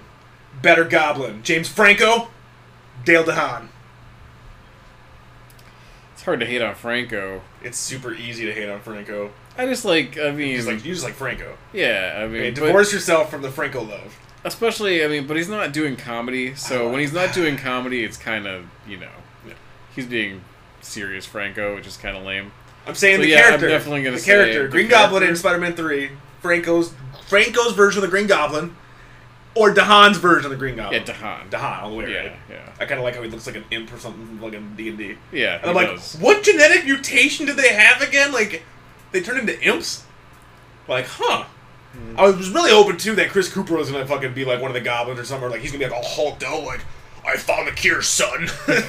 Speaker 5: Better Goblin, James Franco, Dale DeHaan.
Speaker 6: It's hard to hate on Franco.
Speaker 5: It's super easy to hate on Franco.
Speaker 6: I just like I mean,
Speaker 5: He's like, you just like Franco.
Speaker 6: Mm. yeah, I mean,
Speaker 5: I mean,
Speaker 6: but-
Speaker 5: divorce yourself from the Franco love.
Speaker 6: Especially, I mean, but he's not doing comedy,
Speaker 5: Oh.
Speaker 6: so when he's not doing comedy, it's kind of you know,
Speaker 5: Yeah.
Speaker 6: he's being serious Franco, which is kind of lame.
Speaker 5: I'm saying
Speaker 6: So,
Speaker 5: the
Speaker 6: yeah, I'm
Speaker 5: character.
Speaker 6: definitely gonna
Speaker 5: the
Speaker 6: say
Speaker 5: character.
Speaker 6: the
Speaker 5: Green
Speaker 6: character.
Speaker 5: Goblin in Spider-Man Three. Franco's Franco's version of the Green Goblin, or DeHaan's version of the Green Goblin.
Speaker 6: Yeah, DeHaan.
Speaker 5: DeHaan all the way.
Speaker 6: Yeah,
Speaker 5: right?
Speaker 6: yeah.
Speaker 5: I kind of like how he looks like an imp or something, like in D and D.
Speaker 6: Yeah,
Speaker 5: And I'm
Speaker 6: he
Speaker 5: like,
Speaker 6: does.
Speaker 5: what genetic mutation did they have again? Like, they turned into imps? Like, huh. I was really hoping, too, that Chris Cooper was going to fucking be like one of the goblins or something. Or, like, he's going to be like all hulked out, like, I found the cure, son. (laughs) like,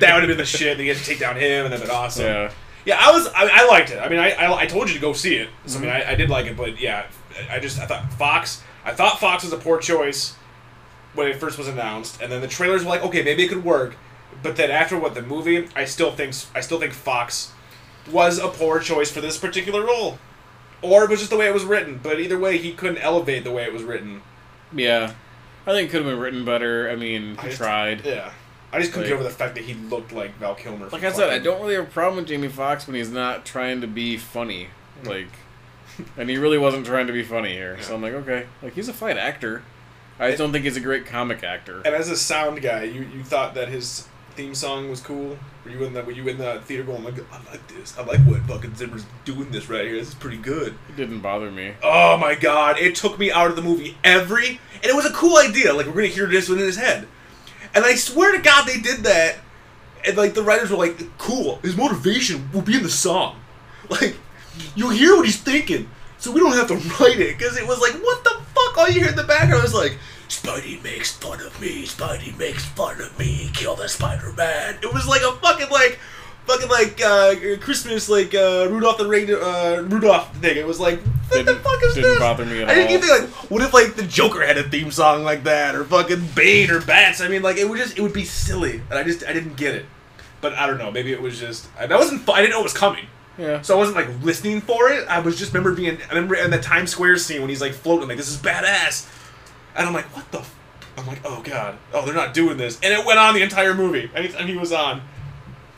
Speaker 5: that would have been the shit. They get to take down him, and that'd been awesome.
Speaker 6: yeah,
Speaker 5: Yeah, I was. I, I liked it. I mean, I, I, I told you to go see it. So,
Speaker 6: Mhm.
Speaker 5: I mean, I, I did like it, but yeah, I- I just I thought Fox. I thought Fox was a poor choice when it first was announced, and then the trailers were like, okay, maybe it could work. But then after what the movie, I still think I still think Fox was a poor choice for this particular role, or it was just the way it was written. But either way, he couldn't elevate the way it was written.
Speaker 6: yeah. I think it could have been written better. I mean, he
Speaker 5: just-
Speaker 6: tried.
Speaker 5: Yeah, I just couldn't
Speaker 6: Like-
Speaker 5: get over the fact that he looked like Val Kilmer.
Speaker 6: Like
Speaker 5: from
Speaker 6: I said, I
Speaker 5: fucking-
Speaker 6: don't really have a problem with Jamie Foxx when he's not trying to be funny,
Speaker 5: Mm.
Speaker 6: like, and he really wasn't trying to be funny here. So I'm like, okay, like he's a fine actor. I just don't think he's a great comic actor.
Speaker 5: And as a sound guy, you, you thought that his theme song was cool? Were you in the Were you in the theater going like, I like this. I like what fucking Zimmer's doing this right here. This is pretty good.
Speaker 6: It didn't bother me.
Speaker 5: Oh my god! It took me out of the movie every, and it was a cool idea. Like we're gonna hear this within his head, and I swear to God they did that. And like the writers were like, "Cool, his motivation will be in the song. (laughs) Like you hear what he's thinking, so we don't have to (laughs) write it." Because it was like, "What the fuck?" All you hear in the background is like, "Spidey makes fun of me. Spidey makes fun of me. Kill the Spider Man." It was like a fucking like. Fucking like uh, Christmas, like uh, Rudolph the Rain, uh, Rudolph thing. It was like, what the
Speaker 6: Didn't-
Speaker 5: fuck is
Speaker 6: didn't
Speaker 5: this?
Speaker 6: bother me at
Speaker 5: I didn't
Speaker 6: all.
Speaker 5: even think like, (laughs) what if like the Joker had a theme song like that, or fucking Bane or Bats? I mean, like it would just it would be silly, and I just I didn't get it. But I don't know. Maybe it was just I, that wasn't. fu- I didn't know it was coming,
Speaker 6: Yeah.
Speaker 5: so I wasn't like listening for it. I was just remember being I remember in the Times Square scene when he's like floating, like this is badass, and I'm like, what the. F-? I'm like, oh god, oh they're not doing this, and it went on the entire movie. Anytime he was on,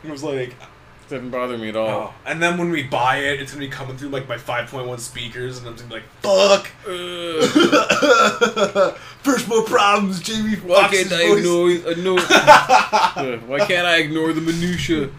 Speaker 5: it was like,
Speaker 6: It didn't bother me at all.
Speaker 5: Oh, and then when we buy it, it's gonna be coming through like my 5.1 speakers, and I'm gonna be like, "Fuck!"
Speaker 6: Uh,
Speaker 5: (coughs) First world problems, Jamie Foxx's voice.
Speaker 6: ignore? uh,
Speaker 5: (laughs)
Speaker 6: Why can't I ignore the minutia?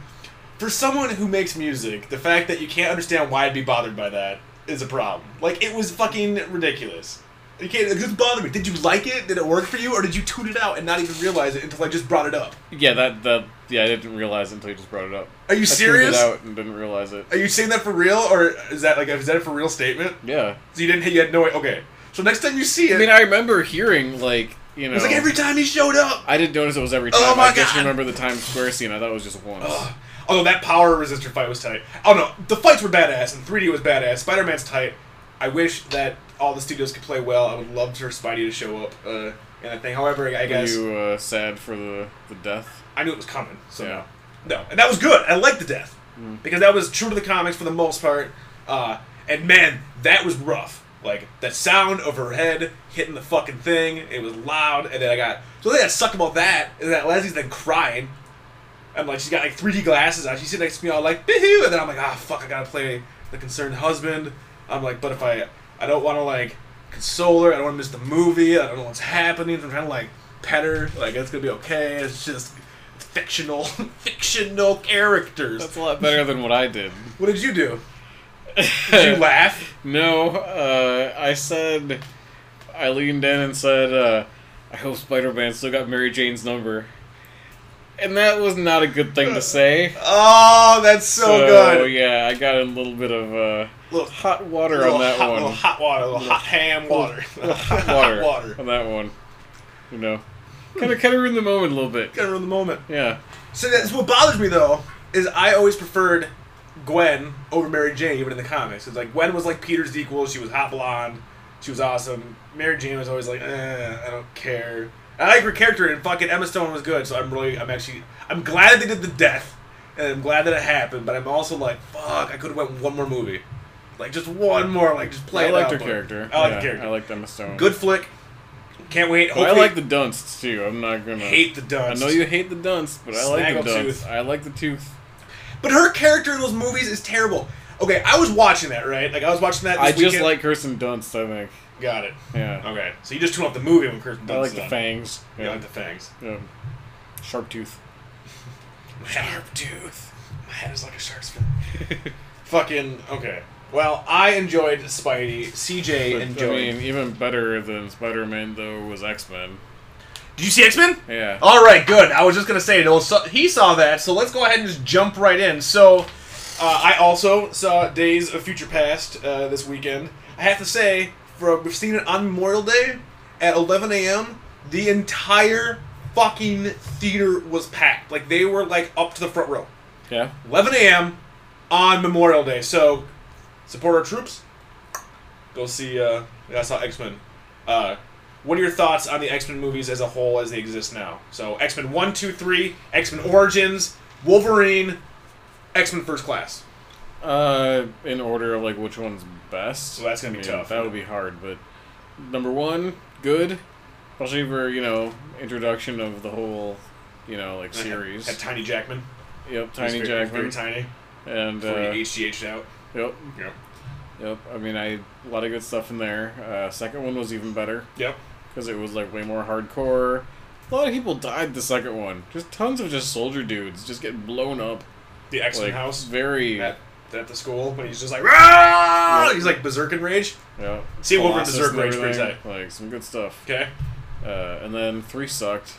Speaker 5: For someone who makes music, the fact that you can't understand why I'd be bothered by that is a problem. Like it was fucking ridiculous. You can't. It doesn't bother me. Did you like it? Did it work for you, or did you tune it out and not even realize it until I just brought it up?
Speaker 6: Yeah, that that yeah, I didn't realize until you just brought it up.
Speaker 5: Are you
Speaker 6: I tuned
Speaker 5: serious?
Speaker 6: it out and didn't realize it.
Speaker 5: Are you saying that for real, or is that like is that a for real statement?
Speaker 6: Yeah.
Speaker 5: So you didn't. You had no. Okay. So next time you see it,
Speaker 6: I mean, I remember hearing like you know.
Speaker 5: it was like every time he showed up.
Speaker 6: I didn't notice it was every time.
Speaker 5: Oh my
Speaker 6: I just
Speaker 5: God.
Speaker 6: remember the Times Square scene. I thought it was just once.
Speaker 5: Ugh. Although that power resistor fight was tight. Oh no, the fights were badass and 3D was badass. Spider Man's tight. I wish that all the studios could play well. I would love for Spidey to show up uh, in that thing. However, I
Speaker 6: Were
Speaker 5: guess
Speaker 6: you uh, sad for the the death?
Speaker 5: I knew it was coming, so
Speaker 6: Yeah. Mm.
Speaker 5: no, no, and that was good. I liked the death because that was true to the comics for the most part. Uh, and man, that was rough. Like that sound of her head hitting the fucking thing. It was loud, and then I got so the thing that sucked about that is that Leslie's then crying. I'm like, she's got like 3D glasses on. She's sitting next to me, all like, boo and then I'm like, ah, fuck, I gotta play the concerned husband. I'm like, but if I, I don't want to like console her. I don't want to miss the movie. I don't know what's happening. I'm trying to like pet her. Like it's gonna be okay. It's just fictional, (laughs) fictional characters.
Speaker 6: That's a lot better than what I did.
Speaker 5: What did you
Speaker 6: (laughs)
Speaker 5: do? Did you laugh?
Speaker 6: No, uh, I said, I leaned in and said, uh, I hope Spider Man still got Mary Jane's number. And that was not a good thing to say.
Speaker 5: Uh, Oh, that's so, good.
Speaker 6: yeah, I got in a little bit of uh,
Speaker 5: Little-
Speaker 6: hot water
Speaker 5: Little
Speaker 6: on that
Speaker 5: hot,
Speaker 6: one.
Speaker 5: little hot water, little hot ham water,
Speaker 6: Little hot water,
Speaker 5: (laughs) hot water.
Speaker 6: on that one. You know, kind of kind of ruined the moment a little bit.
Speaker 5: Gotta ruin the moment.
Speaker 6: Yeah,
Speaker 5: So that's what bothers me though is I always preferred Gwen over Mary Jane even in the comics. It's like Gwen was like Peter's equal. She was hot blonde. She was awesome. Mary Jane was always like, eh, I don't care. And I like her character and fucking Emma Stone was good. So I'm really, I'm actually, I'm glad they did the death, and I'm glad that it happened. But I'm also like, fuck, I could have went one more movie, like just one more, like just play.
Speaker 6: I
Speaker 5: it
Speaker 6: liked
Speaker 5: out,
Speaker 6: her
Speaker 5: but-
Speaker 6: character.
Speaker 5: I like
Speaker 6: yeah,
Speaker 5: the character.
Speaker 6: I liked Emma Stone.
Speaker 5: good flick. Can't wait.
Speaker 6: But
Speaker 5: Hopefully,
Speaker 6: I like the dunsts too. I'm not gonna
Speaker 5: hate the
Speaker 6: I
Speaker 5: dunce.
Speaker 6: know you hate the dunce, but I like the
Speaker 5: Snaggletooth.
Speaker 6: dunce. I like the tooth.
Speaker 5: But her character in those movies is terrible. Okay, I was watching that, right? Like I was watching that. This
Speaker 6: I just
Speaker 5: weekend.
Speaker 6: like Kirsten Dunst. I think.
Speaker 5: Got it.
Speaker 6: Yeah.
Speaker 5: Okay, so you just tune off the movie when Kirsten Dunst.
Speaker 6: I like
Speaker 5: is
Speaker 6: the
Speaker 5: on.
Speaker 6: fangs.
Speaker 5: You
Speaker 6: Yeah.
Speaker 5: like the fangs.
Speaker 6: yeah. Sharp tooth.
Speaker 5: Sharp tooth. My head is like a shark's
Speaker 6: (laughs)
Speaker 5: fin. Fucking okay. Well, I enjoyed Spidey. CJ
Speaker 6: But, I
Speaker 5: enjoyed.
Speaker 6: mean, even better than Spider Man though was X Men.
Speaker 5: Did you see X Men?
Speaker 6: Yeah.
Speaker 5: All right, good. I was just gonna say it. Well, so- he saw that, so let's go ahead and just jump right in. So, uh, I also saw Days of Future Past uh, this weekend. I have to say, from seeing it on Memorial Day at 11 a.m., the entire fucking theater was packed. Like they were like up to the front row.
Speaker 6: Yeah.
Speaker 5: 11 a.m. on Memorial Day. So support our troops. Go see. Uh, yeah, I saw X Men. Uh, what are your thoughts on the X Men movies as a whole as they exist now? So X Men One, Two, Three, X Men Origins, Wolverine, X Men First Class.
Speaker 6: Uh, in order of like which one's best.
Speaker 5: Well, that's gonna be
Speaker 6: I
Speaker 5: tough.
Speaker 6: That would be hard, but number one, good. Especially for you know introduction of the whole, you know, like series.
Speaker 5: Had Tiny Jackman.
Speaker 6: yep,
Speaker 5: He was
Speaker 6: Tiny
Speaker 5: very-
Speaker 6: Jackman,
Speaker 5: Very tiny.
Speaker 6: and
Speaker 5: Before
Speaker 6: uh,
Speaker 5: he HGH'd out.
Speaker 6: yep,
Speaker 5: Yep.
Speaker 6: yep. I mean, I a lot of good stuff in there. Uh, second one was even better.
Speaker 5: Yep.
Speaker 6: because it was like way more hardcore. A lot of people died the second one. Just tons of just soldier dudes just getting blown up.
Speaker 5: The X Men
Speaker 6: Like
Speaker 5: house
Speaker 6: very
Speaker 5: at, at the school when he's just like Rah! he's like berserk in rage.
Speaker 6: yeah.
Speaker 5: See, Wolverine
Speaker 6: Colossus
Speaker 5: Berserk
Speaker 6: and
Speaker 5: Rage pretty
Speaker 6: everything. Like some good stuff.
Speaker 5: Okay,
Speaker 6: Uh, and then three sucked.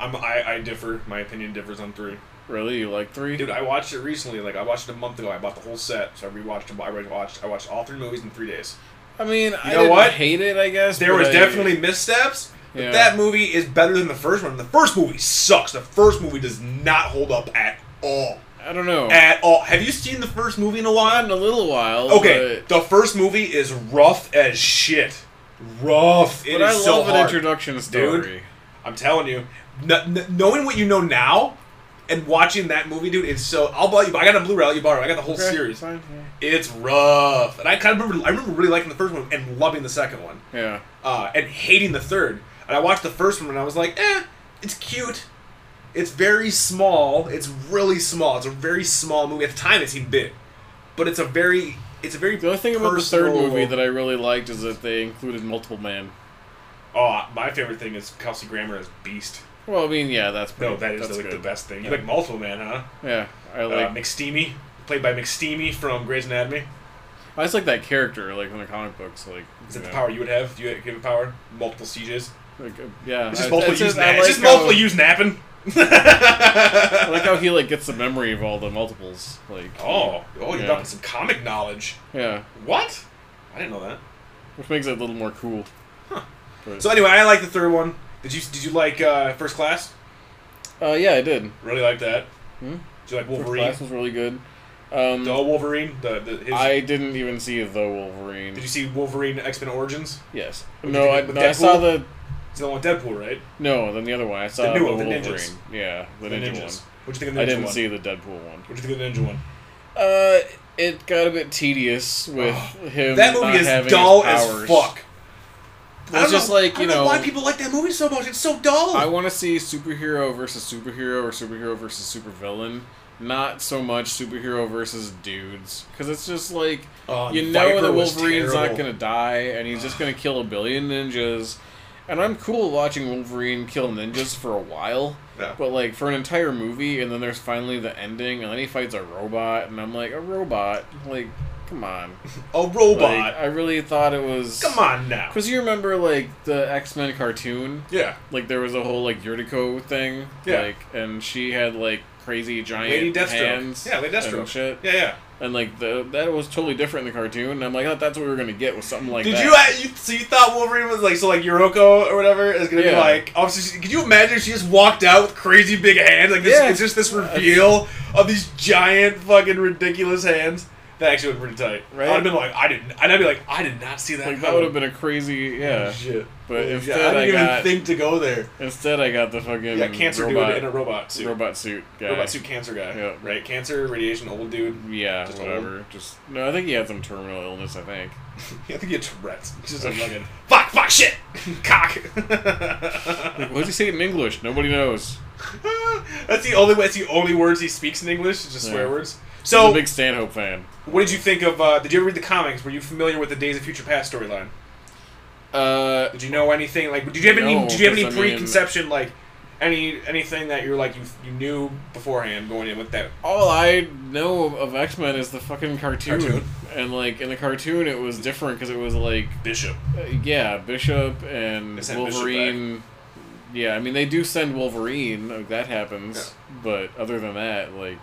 Speaker 5: I'm I, I differ. My opinion differs on three.
Speaker 6: Really, you like three?
Speaker 5: Dude, I watched it recently. Like I watched it a month ago. I bought the whole set, so I rewatched. them- I rewatched. I watched all three movies in three days.
Speaker 6: I mean, I
Speaker 5: know
Speaker 6: didn't
Speaker 5: what?
Speaker 6: hate it. I guess
Speaker 5: There
Speaker 6: but
Speaker 5: was
Speaker 6: I-
Speaker 5: definitely missteps, but
Speaker 6: Yeah.
Speaker 5: that movie is better than the first one. The first movie sucks. The first movie does not hold up at all.
Speaker 6: I don't know.
Speaker 5: At all. Have you seen the first movie in a while?
Speaker 6: Not in a little while.
Speaker 5: Okay,
Speaker 6: but-
Speaker 5: the first movie is rough as shit. Rough. It
Speaker 6: But I
Speaker 5: is
Speaker 6: love
Speaker 5: so
Speaker 6: an
Speaker 5: hard.
Speaker 6: introduction story.
Speaker 5: I'm telling you, kn- kn- knowing what you know now, and watching that movie, dude, it's so. I'll buy you. I got a Blu-ray. I'll you borrow. it. I got the whole
Speaker 6: Okay,
Speaker 5: series.
Speaker 6: fine,
Speaker 5: It's rough, and I kind of remember. I remember really liking the first one and loving the second one,
Speaker 6: Yeah. Yeah.
Speaker 5: uh, and hating the third. And I watched the first one and I was like, eh, it's cute. It's very small. It's really small. It's a very small movie. At the time, it seemed big, but it's a very. It's a very.
Speaker 6: The only thing about the third
Speaker 5: personal-
Speaker 6: movie that I really liked is that they included multiple man.
Speaker 5: Oh, my favorite thing is Kelsey Grammer as Beast.
Speaker 6: Well, I mean, yeah, that's pretty,
Speaker 5: No, that is
Speaker 6: that's
Speaker 5: like the
Speaker 6: good.
Speaker 5: best thing. You like multiple man, huh?
Speaker 6: Yeah, I
Speaker 5: Uh,
Speaker 6: like.
Speaker 5: McSteamy, played by McSteamy from Grey's Anatomy.
Speaker 6: I just like that character, like in the comic books, like.
Speaker 5: Is that
Speaker 6: you
Speaker 5: the
Speaker 6: know,
Speaker 5: power you would have? Do you give a power? Multiple sieges.
Speaker 6: Like, uh, yeah,
Speaker 5: It's just
Speaker 6: I-
Speaker 5: multiple
Speaker 6: it's
Speaker 5: use.
Speaker 6: I
Speaker 5: na- it's just
Speaker 6: like
Speaker 5: multiple
Speaker 6: how-
Speaker 5: use napping.
Speaker 6: I like how he like gets the memory of all the multiples. Like.
Speaker 5: Oh, oh, you're
Speaker 6: Yeah.
Speaker 5: dropping some comic knowledge.
Speaker 6: Yeah,
Speaker 5: What? I didn't know that.
Speaker 6: which makes it a little more cool. But,
Speaker 5: So anyway, I like the third one. Did you did you like uh, First Class?
Speaker 6: uh, yeah, I did.
Speaker 5: Really like that.
Speaker 6: Hmm?
Speaker 5: Did you like
Speaker 6: First
Speaker 5: Wolverine?
Speaker 6: class was really good. Um,
Speaker 5: The Wolverine. The, the his,
Speaker 6: I didn't even see the Wolverine.
Speaker 5: did you see Wolverine X Men Origins?
Speaker 6: Yes.
Speaker 5: What
Speaker 6: no,
Speaker 5: did you
Speaker 6: I,
Speaker 5: do with
Speaker 6: no, I saw
Speaker 5: Deadpool?
Speaker 6: the
Speaker 5: It's the one with Deadpool, right?
Speaker 6: no. Then the other one I saw
Speaker 5: new
Speaker 6: the
Speaker 5: one, the
Speaker 6: Wolverine.
Speaker 5: ninjas.
Speaker 6: Yeah, the, ninja
Speaker 5: ninjas.
Speaker 6: one.
Speaker 5: What you think of the ninja
Speaker 6: I didn't
Speaker 5: one? Oh.
Speaker 6: see the Deadpool one.
Speaker 5: What you think of the ninja one?
Speaker 6: Uh, it got a bit tedious with him.
Speaker 5: Oh. That movie
Speaker 6: not
Speaker 5: is
Speaker 6: having
Speaker 5: dull
Speaker 6: his
Speaker 5: as
Speaker 6: powers.
Speaker 5: fuck.
Speaker 6: Well, it's just like, you know-
Speaker 5: why people like that movie so much. It's so dull.
Speaker 6: I want to see superhero versus superhero or superhero versus supervillain. Not so much superhero versus dudes, because it's just like
Speaker 5: Oh,
Speaker 6: you
Speaker 5: and
Speaker 6: know
Speaker 5: Viper
Speaker 6: the
Speaker 5: was
Speaker 6: Wolverine's not
Speaker 5: terrible.
Speaker 6: gonna die, and he's just gonna kill a billion ninjas. And I'm cool watching Wolverine kill ninjas for a while,
Speaker 5: Yeah.
Speaker 6: but like for an entire movie, and then there's finally the ending, and then he fights a robot, and I'm like, a robot? Like, come on.
Speaker 5: a
Speaker 6: Like,
Speaker 5: robot.
Speaker 6: I really thought it was.
Speaker 5: uh, Come on now.
Speaker 6: Because you remember, like, the X Men cartoon?
Speaker 5: Yeah.
Speaker 6: Like, there was a whole, like, Yuriko thing.
Speaker 5: Yeah.
Speaker 6: Like, and she had, like, crazy giant
Speaker 5: Lady Deathstroke.
Speaker 6: hands.
Speaker 5: Yeah, Lady Deathstroke.
Speaker 6: And shit.
Speaker 5: Yeah, yeah.
Speaker 6: And, like, the, that was totally different in the cartoon. And I'm like, oh, that's what we were going to get with something like
Speaker 5: Did
Speaker 6: that.
Speaker 5: you, uh, you so you thought Wolverine was like so like Yoroko or whatever is gonna be
Speaker 6: Yeah.
Speaker 5: like obviously she, could you imagine if she just walked out with crazy big hands like this
Speaker 6: Yeah.
Speaker 5: it's just this reveal of these giant fucking ridiculous hands that actually would pretty tight
Speaker 6: Right?
Speaker 5: I'd have been like I didn't and I'd be like I did not see that
Speaker 6: Like, that would have been a crazy. Yeah.
Speaker 5: shit
Speaker 6: But
Speaker 5: Yeah,
Speaker 6: instead,
Speaker 5: I didn't
Speaker 6: I
Speaker 5: even
Speaker 6: got-
Speaker 5: think to go there
Speaker 6: Instead, I got the fucking.
Speaker 5: Yeah, cancer
Speaker 6: robot,
Speaker 5: dude in a robot suit. Robot,
Speaker 6: Robot suit guy.
Speaker 5: suit cancer guy.
Speaker 6: Yeah.
Speaker 5: Right? Cancer, radiation, old dude.
Speaker 6: Yeah,
Speaker 5: Just
Speaker 6: whatever. Just. No, I think he had some terminal illness, I think.
Speaker 5: I think he had Tourette's. Just a fucking fuck, fuck, shit, (laughs) cock.
Speaker 6: Like, what does he say in English? Nobody knows.
Speaker 5: that's the only. That's the only words he speaks in English. It's just swear
Speaker 6: Yeah.
Speaker 5: words.
Speaker 6: I'm a
Speaker 5: So,
Speaker 6: big Stanhope fan.
Speaker 5: what did you think of? Uh, did you ever read the comics? Were you familiar with the Days of Future Past storyline?
Speaker 6: Uh,
Speaker 5: Did you know anything? Like, did you have any?
Speaker 6: No,
Speaker 5: did you have any
Speaker 6: 'cause I mean-
Speaker 5: preconception? like, any anything that you're like you you knew beforehand going in with that?
Speaker 6: all I know of X Men is the fucking cartoon.
Speaker 5: Cartoon.
Speaker 6: and like in the cartoon it was different because it was like
Speaker 5: Bishop.
Speaker 6: uh, yeah Bishop and
Speaker 5: They sent Bishop
Speaker 6: Wolverine. yeah, I mean they do send Wolverine, like, that happens, but other than that, like,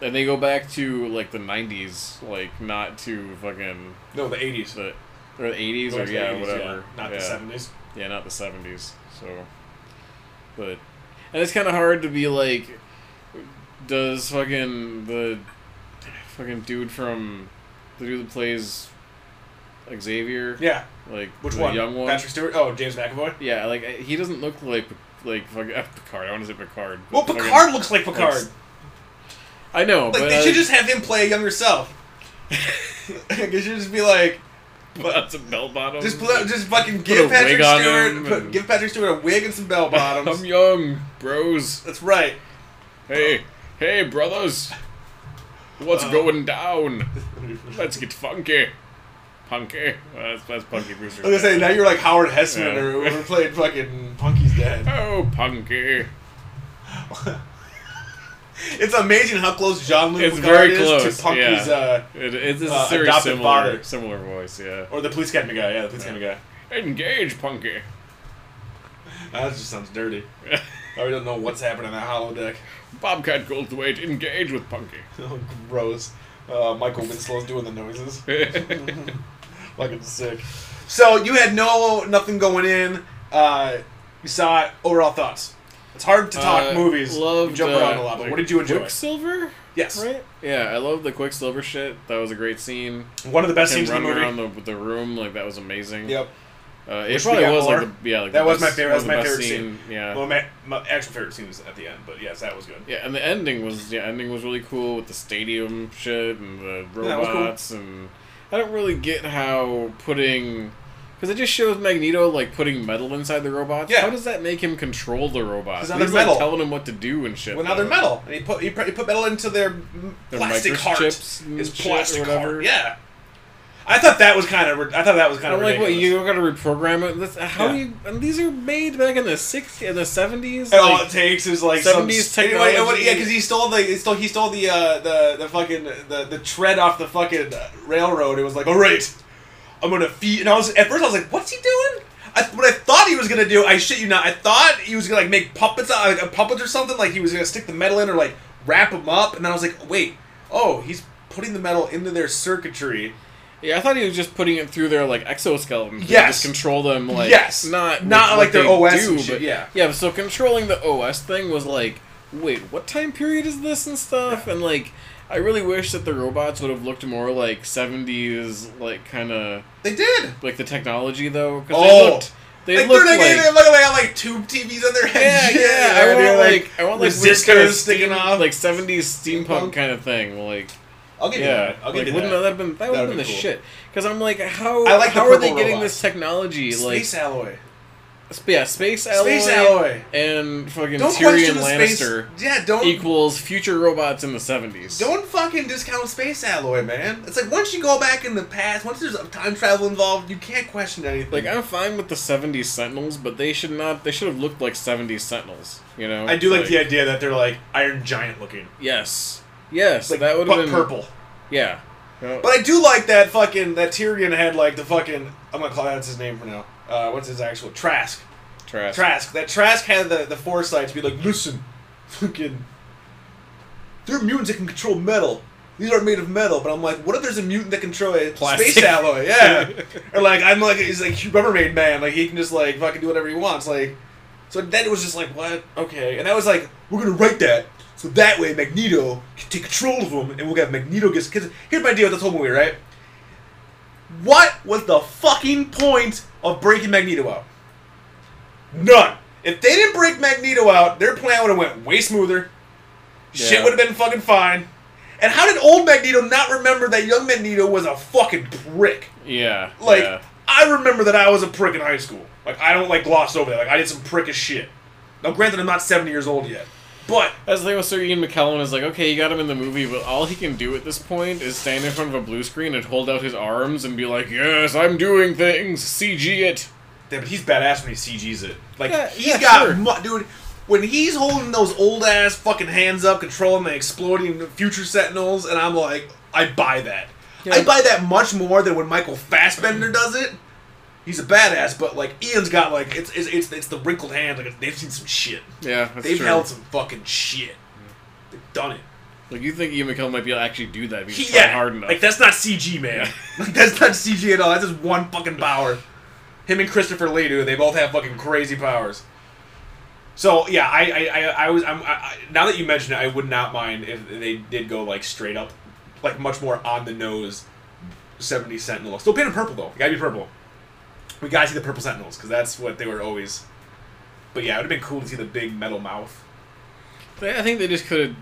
Speaker 6: and they go back to like the '90s, like not to fucking
Speaker 5: No, the eighties.
Speaker 6: the or the '80s or yeah whatever,
Speaker 5: Not the
Speaker 6: Yeah.
Speaker 5: seventies.
Speaker 6: Yeah, not the seventies. So, but and it's kind of hard to be like, does fucking the fucking dude from the dude that plays Xavier?
Speaker 5: Yeah.
Speaker 6: like
Speaker 5: Which
Speaker 6: the
Speaker 5: one?
Speaker 6: Young one.
Speaker 5: Patrick Stewart. Oh, James McAvoy.
Speaker 6: Yeah, like he doesn't look like like fucking uh, Picard. I want to say Picard.
Speaker 5: Well,
Speaker 6: but fucking-
Speaker 5: Picard looks like Picard.
Speaker 6: Looks- I know,
Speaker 5: like
Speaker 6: but
Speaker 5: they
Speaker 6: I-
Speaker 5: should
Speaker 6: (laughs)
Speaker 5: just have him play a younger self. (laughs) like, it should just be like
Speaker 6: that's a bell bottom.
Speaker 5: just put, just fucking
Speaker 6: a
Speaker 5: give
Speaker 6: wig
Speaker 5: Patrick
Speaker 6: on
Speaker 5: Stewart
Speaker 6: him
Speaker 5: put,
Speaker 6: and-
Speaker 5: give Patrick Stewart a wig and some
Speaker 6: (laughs)
Speaker 5: bell
Speaker 6: I'm
Speaker 5: bottoms.
Speaker 6: young, bros.
Speaker 5: That's right.
Speaker 6: Hey, hey,
Speaker 5: Uh.
Speaker 6: brothers. What's going down? Let's get funky. Punky. Well, that's, that's Punky Brewster.
Speaker 5: I was gonna say now you're like Howard Hessman
Speaker 6: Yeah.
Speaker 5: or whoever played fucking Punky's dad.
Speaker 6: Oh, Punky.
Speaker 5: it's amazing how close John Luke
Speaker 6: It's
Speaker 5: Picard
Speaker 6: very
Speaker 5: is
Speaker 6: close.
Speaker 5: to Punky's
Speaker 6: yeah.
Speaker 5: uh,
Speaker 6: it, it's a
Speaker 5: uh,
Speaker 6: very
Speaker 5: adopted
Speaker 6: similar,
Speaker 5: father.
Speaker 6: similar voice. Yeah.
Speaker 5: or the police academy guy. Yeah, the police academy guy.
Speaker 6: Engage, Punky. (laughs)
Speaker 5: Ah, that just sounds dirty. I don't know what's happening in that holodeck. (laughs)
Speaker 6: Bobcat Goldthwait, engage with Punky.
Speaker 5: Oh, gross. Uh, Michael Winslow's doing the noises. Fucking sick. So you had no nothing going in. Uh, you saw it. Overall thoughts. It's hard to (laughs) talk
Speaker 6: Uh,
Speaker 5: movies. You
Speaker 6: Loved,
Speaker 5: jump around
Speaker 6: uh,
Speaker 5: a lot, but
Speaker 6: like,
Speaker 5: what did you enjoy?
Speaker 6: Quicksilver.
Speaker 5: Yes.
Speaker 6: Right. Yeah, I love the Quicksilver shit. That was a great scene.
Speaker 5: One of the best
Speaker 6: Him
Speaker 5: scenes in the
Speaker 6: running
Speaker 5: movie.
Speaker 6: around the, the room like that was amazing.
Speaker 5: Yep.
Speaker 6: Uh, it
Speaker 5: Wish we
Speaker 6: probably
Speaker 5: got
Speaker 6: was
Speaker 5: more.
Speaker 6: like the, yeah like
Speaker 5: That
Speaker 6: the
Speaker 5: was my
Speaker 6: best-
Speaker 5: favorite- that was
Speaker 6: one of
Speaker 5: my
Speaker 6: the best
Speaker 5: favorite
Speaker 6: Yeah.
Speaker 5: Well, my, my actual favorite scene was at the end, but yes, that was good.
Speaker 6: yeah, and the ending was yeah, ending was really cool with the stadium shit and the
Speaker 5: that was cool.
Speaker 6: robots and I don't really get how putting because it just shows Magneto like putting metal inside the robots.
Speaker 5: Yeah.
Speaker 6: how does that make him control the robots?
Speaker 5: 'Cause now
Speaker 6: He's
Speaker 5: they're
Speaker 6: like
Speaker 5: metal.
Speaker 6: telling him what to do and shit.
Speaker 5: Well, now they're
Speaker 6: though.
Speaker 5: metal, and he put he put, he put metal into their, m
Speaker 6: Their
Speaker 5: plastic heart.
Speaker 6: microchips and
Speaker 5: His
Speaker 6: shit or
Speaker 5: plastic
Speaker 6: whatever.
Speaker 5: heart. Yeah. I thought that was kind of. I thought that was kind
Speaker 6: I'm
Speaker 5: of.
Speaker 6: like, what?
Speaker 5: ridiculous.
Speaker 6: You gotta reprogram it. That's, how
Speaker 5: Yeah.
Speaker 6: you? And these are made back in the sixties and the seventies.
Speaker 5: And all it takes is like some
Speaker 6: 70s
Speaker 5: Anyway, and what-
Speaker 6: technology.
Speaker 5: yeah, because he stole the he stole he stole the uh, the the fucking the, the tread off the fucking uh, railroad. It was like, all right, I'm gonna feed. And I was at first I was like, what's he doing? I, what I thought he was gonna do, I shit you not, I thought he was gonna like make puppets out like a puppet or something. Like he was gonna stick the metal in or like wrap them up. And then I was like, wait, oh, he's putting the metal into their circuitry.
Speaker 6: Yeah, I thought he was just putting it through their like exoskeleton.
Speaker 5: Yes.
Speaker 6: just control them like
Speaker 5: Yes.
Speaker 6: not
Speaker 5: Not like
Speaker 6: with what
Speaker 5: their
Speaker 6: they
Speaker 5: OS
Speaker 6: do,
Speaker 5: and shit,
Speaker 6: but-
Speaker 5: yeah.
Speaker 6: yeah. So controlling the OS thing was like, wait, what time period is this and stuff? And like, I really wish that the robots would have looked more like seventies, like kind of
Speaker 5: They did.
Speaker 6: like the technology though. 'cause
Speaker 5: Oh.
Speaker 6: they looked, they
Speaker 5: like,
Speaker 6: looked
Speaker 5: they're like,
Speaker 6: like
Speaker 5: they look like they got like tube TVs on their
Speaker 6: yeah,
Speaker 5: heads. (laughs)
Speaker 6: yeah. I want like, I want like weird
Speaker 5: resistors
Speaker 6: kinda
Speaker 5: sticking
Speaker 6: steam-
Speaker 5: off.
Speaker 6: like seventies steampunk
Speaker 5: Steampunk.
Speaker 6: kind of thing. Like,
Speaker 5: I'll give you
Speaker 6: yeah,
Speaker 5: that. I'll
Speaker 6: like
Speaker 5: give you
Speaker 6: wouldn't that
Speaker 5: that.
Speaker 6: have been that would have
Speaker 5: That'd
Speaker 6: been the
Speaker 5: be cool.
Speaker 6: shit? Because I'm like, how
Speaker 5: I like the
Speaker 6: how are they
Speaker 5: purple
Speaker 6: getting
Speaker 5: robots.
Speaker 6: this technology? like,
Speaker 5: Space alloy.
Speaker 6: sp- yeah, space alloy,
Speaker 5: Space alloy.
Speaker 6: and fucking
Speaker 5: Don't
Speaker 6: Tyrion
Speaker 5: question the space.
Speaker 6: Lannister
Speaker 5: Yeah, don't
Speaker 6: equals future robots in the seventies.
Speaker 5: don't fucking discount space alloy, man. It's like once you go back in the past, once there's time travel involved, you can't question anything.
Speaker 6: like I'm fine with the seventies Sentinels, but they should not. They should have looked like seventies Sentinels. You know,
Speaker 5: idea that they're like Iron Giant looking,
Speaker 6: Yes, yes, that would have been Yeah,
Speaker 5: (laughs)
Speaker 6: Oh,
Speaker 5: But I do like that fucking that Tyrion had like the fucking I'm gonna call that his name for now. Uh, what's his actual Trask?
Speaker 6: trash.
Speaker 5: Trask. That Trask had the, the foresight to be like, listen, fucking, there are mutants that can control metal. These aren't made of metal, but I'm like, what if there's a mutant that controls
Speaker 6: Plastic.
Speaker 5: space alloy? Yeah, or like I'm like he's like Rubbermaid man, like he can just like fucking do whatever he wants. Like, so then it was just like, what? Okay, and I was like, we're gonna write that so that way Magneto can take control of him, and we'll have Magneto gets because here's my deal with this whole movie, right? What was the fucking point of breaking Magneto out? None. If they didn't break Magneto out, their plan would have went way smoother.
Speaker 6: Yeah.
Speaker 5: Shit would have been fucking fine. And how did old Magneto not remember that young Magneto was a fucking prick?
Speaker 6: Yeah,
Speaker 5: Like
Speaker 6: yeah.
Speaker 5: I remember that I was a prick in high school. Like I don't like gloss over that. Like I did some prickish shit. Now, granted, I'm not 70 years old yet, but
Speaker 6: That's the thing with Sir Ian McKellen is like, okay, you got him in the movie, but all he can do at this point is stand in front of a blue screen and hold out his arms and be like, yes, I'm doing things, CG it.
Speaker 5: Yeah, but he's badass when he CGs it. Like
Speaker 6: Yeah,
Speaker 5: he's
Speaker 6: yeah,
Speaker 5: got,
Speaker 6: sure.
Speaker 5: mu- dude. When he's holding those old ass fucking hands up, controlling the exploding future Sentinels, and I'm like, I buy that. I buy that much more than when Michael Fassbender does it. He's a badass, but like Ian's got like it's it's it's, it's the wrinkled hands. Like they've seen some shit.
Speaker 6: Yeah, that's
Speaker 5: they've
Speaker 6: true.
Speaker 5: held some fucking shit. They've done it.
Speaker 6: Like, you think Ian McKellen might be able to actually do that if he's
Speaker 5: He,
Speaker 6: trying
Speaker 5: yeah,
Speaker 6: hard enough.
Speaker 5: like that's not CG, man. (laughs) like that's not CG at all. That's just one fucking power. Him and Christopher Ledu, they both have fucking crazy powers. So yeah, I I, I, I was I'm I, I, now that you mention it, I would not mind if they did go like straight up, like much more on the nose, seventy Sentinel. Still painted purple though. Gotta be purple. We gotta see the purple Sentinels because that's what they were always. But yeah, it would have been cool to see the big metal mouth
Speaker 6: They- I think they just could have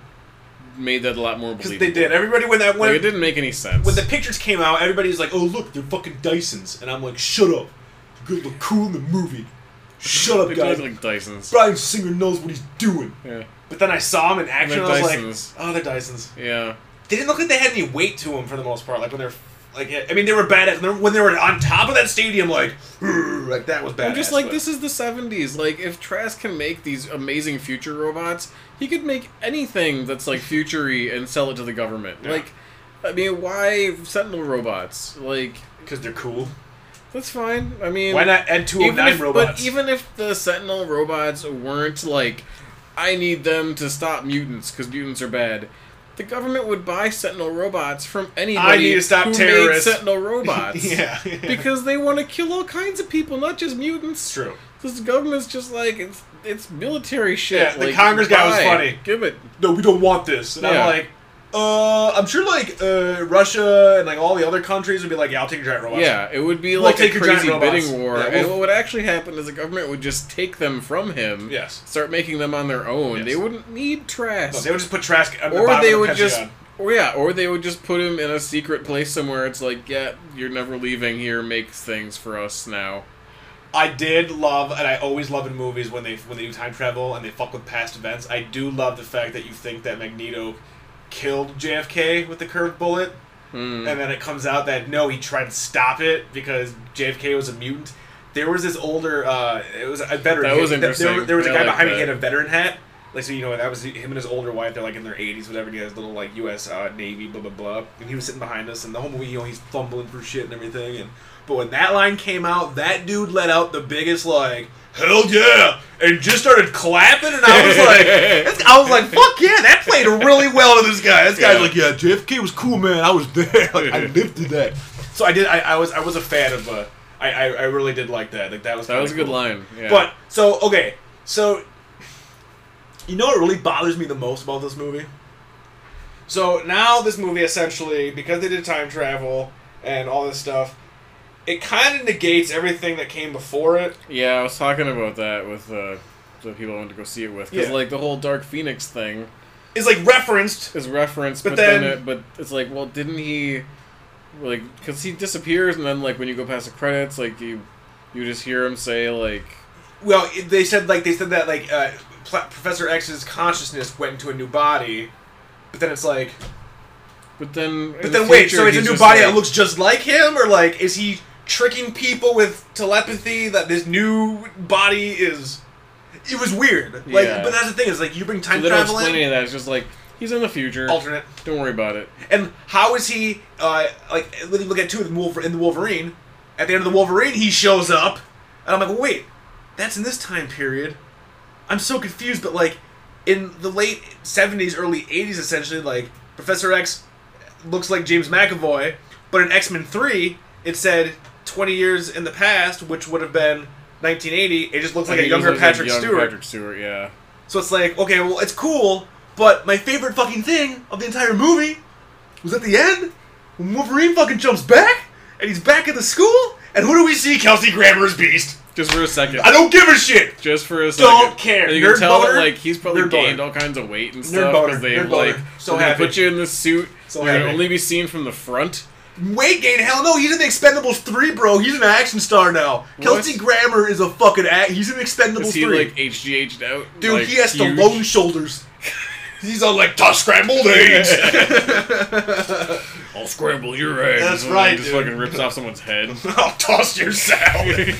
Speaker 6: made that a lot more
Speaker 5: because
Speaker 6: believable.
Speaker 5: they did. Everybody when that when
Speaker 6: Like, it didn't make any sense.
Speaker 5: when the pictures came out, everybody was like, "Oh, look, they're fucking Dysons," and I'm like, "Shut up! You're gonna look cool in the movie. Shut up,
Speaker 6: They look
Speaker 5: guys.
Speaker 6: like Dysons.
Speaker 5: Brian Singer knows what he's doing."
Speaker 6: Yeah.
Speaker 5: But then I saw him in action, and I was
Speaker 6: Dysons.
Speaker 5: like, "Oh, they're Dysons."
Speaker 6: Yeah.
Speaker 5: They didn't look like they had any weight to them for the most part. Like when they're Like, I mean, they were bad at when they were on top of that stadium. Like, like that was bad.
Speaker 6: I'm just like, this is the 70s. Like, if Trask can make these amazing future robots, he could make anything that's like futury and sell it to the government.
Speaker 5: Yeah.
Speaker 6: Like, I mean, why Sentinel robots? Like,
Speaker 5: because they're cool.
Speaker 6: that's fine. I mean,
Speaker 5: Why not add two hundred
Speaker 6: even
Speaker 5: nine
Speaker 6: if,
Speaker 5: robots?
Speaker 6: But even if the Sentinel robots weren't like, I need them to stop mutants because mutants are bad. The government would buy Sentinel robots from anybody
Speaker 5: need to stop
Speaker 6: who
Speaker 5: terrorists.
Speaker 6: made Sentinel robots.
Speaker 5: (laughs) yeah,
Speaker 6: because they want to kill all kinds of people, not just mutants.
Speaker 5: it's true.
Speaker 6: This government's just like it's it's military shit.
Speaker 5: Yeah, the
Speaker 6: like,
Speaker 5: Congress guy was
Speaker 6: buy it,
Speaker 5: funny.
Speaker 6: Give it.
Speaker 5: no, we don't want this. And
Speaker 6: Yeah.
Speaker 5: I'm like, uh, I'm sure like uh, Russia and like all the other countries would be like, yeah, I'll take your giant robots.
Speaker 6: Yeah, it would be
Speaker 5: We'll
Speaker 6: like
Speaker 5: take
Speaker 6: a
Speaker 5: your giant
Speaker 6: crazy
Speaker 5: robots.
Speaker 6: bidding war,
Speaker 5: Yeah, we'll-
Speaker 6: and what would actually happen is the government would just take them from him.
Speaker 5: Yes.
Speaker 6: Start making them on their own.
Speaker 5: Yes.
Speaker 6: They wouldn't need trash.
Speaker 5: No, they would just put Trask on the
Speaker 6: or
Speaker 5: bottom
Speaker 6: they
Speaker 5: of the
Speaker 6: would just.
Speaker 5: Pentagon.
Speaker 6: Or yeah, or they would just put him in a secret place somewhere. It's like, yeah, you're never leaving here. Make things for us now.
Speaker 5: I did love, and I always love in movies when they when they do time travel and they fuck with past events. I do love the fact that you think that Magneto killed JFK with the curved bullet,
Speaker 6: Hmm.
Speaker 5: and then it comes out that no, he tried to stop it because JFK was a mutant. There was this older, uh, it was a veteran.
Speaker 6: That was
Speaker 5: there- There,
Speaker 6: interesting.
Speaker 5: there was a
Speaker 6: I
Speaker 5: guy
Speaker 6: like
Speaker 5: behind me. He
Speaker 6: that.
Speaker 5: had a veteran hat. Like so, you know, that was him and his older wife. They're like in their eighties, whatever. And he has little like U.S. Uh, Navy, blah blah blah. And he was sitting behind us, and the whole movie, you know, he's fumbling through shit and everything. And but when that line came out, that dude let out the biggest like hell yeah, and just started clapping. And I was
Speaker 6: (laughs)
Speaker 5: like, that's- I was like, fuck yeah, that played really well to this guy. This guy's
Speaker 6: Yeah.
Speaker 5: like, yeah, JFK was cool, man. I was there. (laughs) Like,
Speaker 6: (laughs)
Speaker 5: I lived through that. So I did. I, I was I was a fan of. Uh, I, I I really did like that. Like that was
Speaker 6: That was a
Speaker 5: kinda
Speaker 6: good
Speaker 5: cool.
Speaker 6: line. Yeah.
Speaker 5: But so okay, so you know what really bothers me the most about this movie? So now this movie essentially, because they did time travel and all this stuff, it kind of negates everything that came before it.
Speaker 6: Yeah, I was talking about that with uh, the people I went to go see it with because
Speaker 5: Yeah.
Speaker 6: like the whole Dark Phoenix thing
Speaker 5: It's like referenced.
Speaker 6: is referenced, but,
Speaker 5: But
Speaker 6: then,
Speaker 5: then-
Speaker 6: it, but it's like, well, didn't he like because he disappears and then like when you go past the credits, like you you just hear him say like
Speaker 5: Well, it- they said like they said that like uh, Pla- Professor X's consciousness went into a new body, but then it's like,
Speaker 6: but then in
Speaker 5: but
Speaker 6: the
Speaker 5: then wait,
Speaker 6: future,
Speaker 5: so it's a
Speaker 6: he's
Speaker 5: new
Speaker 6: just
Speaker 5: body
Speaker 6: like-
Speaker 5: that looks just like him, or like is he tricking people with telepathy that this new body is? It was weird. Like,
Speaker 6: Yeah.
Speaker 5: but that's the thing is like you bring
Speaker 6: so
Speaker 5: time
Speaker 6: they don't
Speaker 5: travel
Speaker 6: explain any
Speaker 5: in
Speaker 6: of that. It's just like he's in the future.
Speaker 5: alternate.
Speaker 6: Don't worry about it.
Speaker 5: And how is he uh, like? when you Look at two in the, Wolver- in the Wolverine. At the end of the Wolverine, he shows up, and I'm like, well, wait, that's in this time period. I'm so confused, but like, in the late '70s, early '80s, essentially, like Professor X looks like James McAvoy, but in X Men Three, it said 20 years in the past, which would have been 1980. It just looks like
Speaker 6: He
Speaker 5: a
Speaker 6: just
Speaker 5: younger
Speaker 6: looks like
Speaker 5: Patrick
Speaker 6: young
Speaker 5: Stewart.
Speaker 6: Patrick Stewart, yeah.
Speaker 5: So it's like, okay, well, it's cool, but my favorite fucking thing of the entire movie was at the end when Wolverine fucking jumps back and he's back at the school, and who do we see? Kelsey Grammer's Beast.
Speaker 6: Just for a second.
Speaker 5: I don't give a shit.
Speaker 6: just for a second.
Speaker 5: Don't care.
Speaker 6: And you can
Speaker 5: Nerd
Speaker 6: tell
Speaker 5: boner?
Speaker 6: that like he's probably
Speaker 5: Nerd boner.
Speaker 6: gained all kinds of weight and
Speaker 5: Nerd
Speaker 6: stuff
Speaker 5: boner.
Speaker 6: because they
Speaker 5: Nerd boner.
Speaker 6: like
Speaker 5: So
Speaker 6: they're gonna
Speaker 5: happy.
Speaker 6: put you in this suit.
Speaker 5: So
Speaker 6: you're gonna
Speaker 5: happy.
Speaker 6: only be seen from the front.
Speaker 5: Weight gain? Hell no. He's in the Expendables three, bro. He's an action star now. Kelsey Grammer is a fucking act. He's an Expendables
Speaker 6: Is he
Speaker 5: three.
Speaker 6: like HGH'd out?
Speaker 5: Dude,
Speaker 6: Like,
Speaker 5: he has
Speaker 6: huge?
Speaker 5: Stallone
Speaker 6: (laughs)
Speaker 5: shoulders. He's all like tough scrambled eggs. (laughs)
Speaker 6: I'll scramble your eggs.
Speaker 5: That's
Speaker 6: and
Speaker 5: right,
Speaker 6: He just
Speaker 5: dude.
Speaker 6: fucking rips off
Speaker 5: (laughs)
Speaker 6: someone's head. (laughs)
Speaker 5: I'll toss your salad.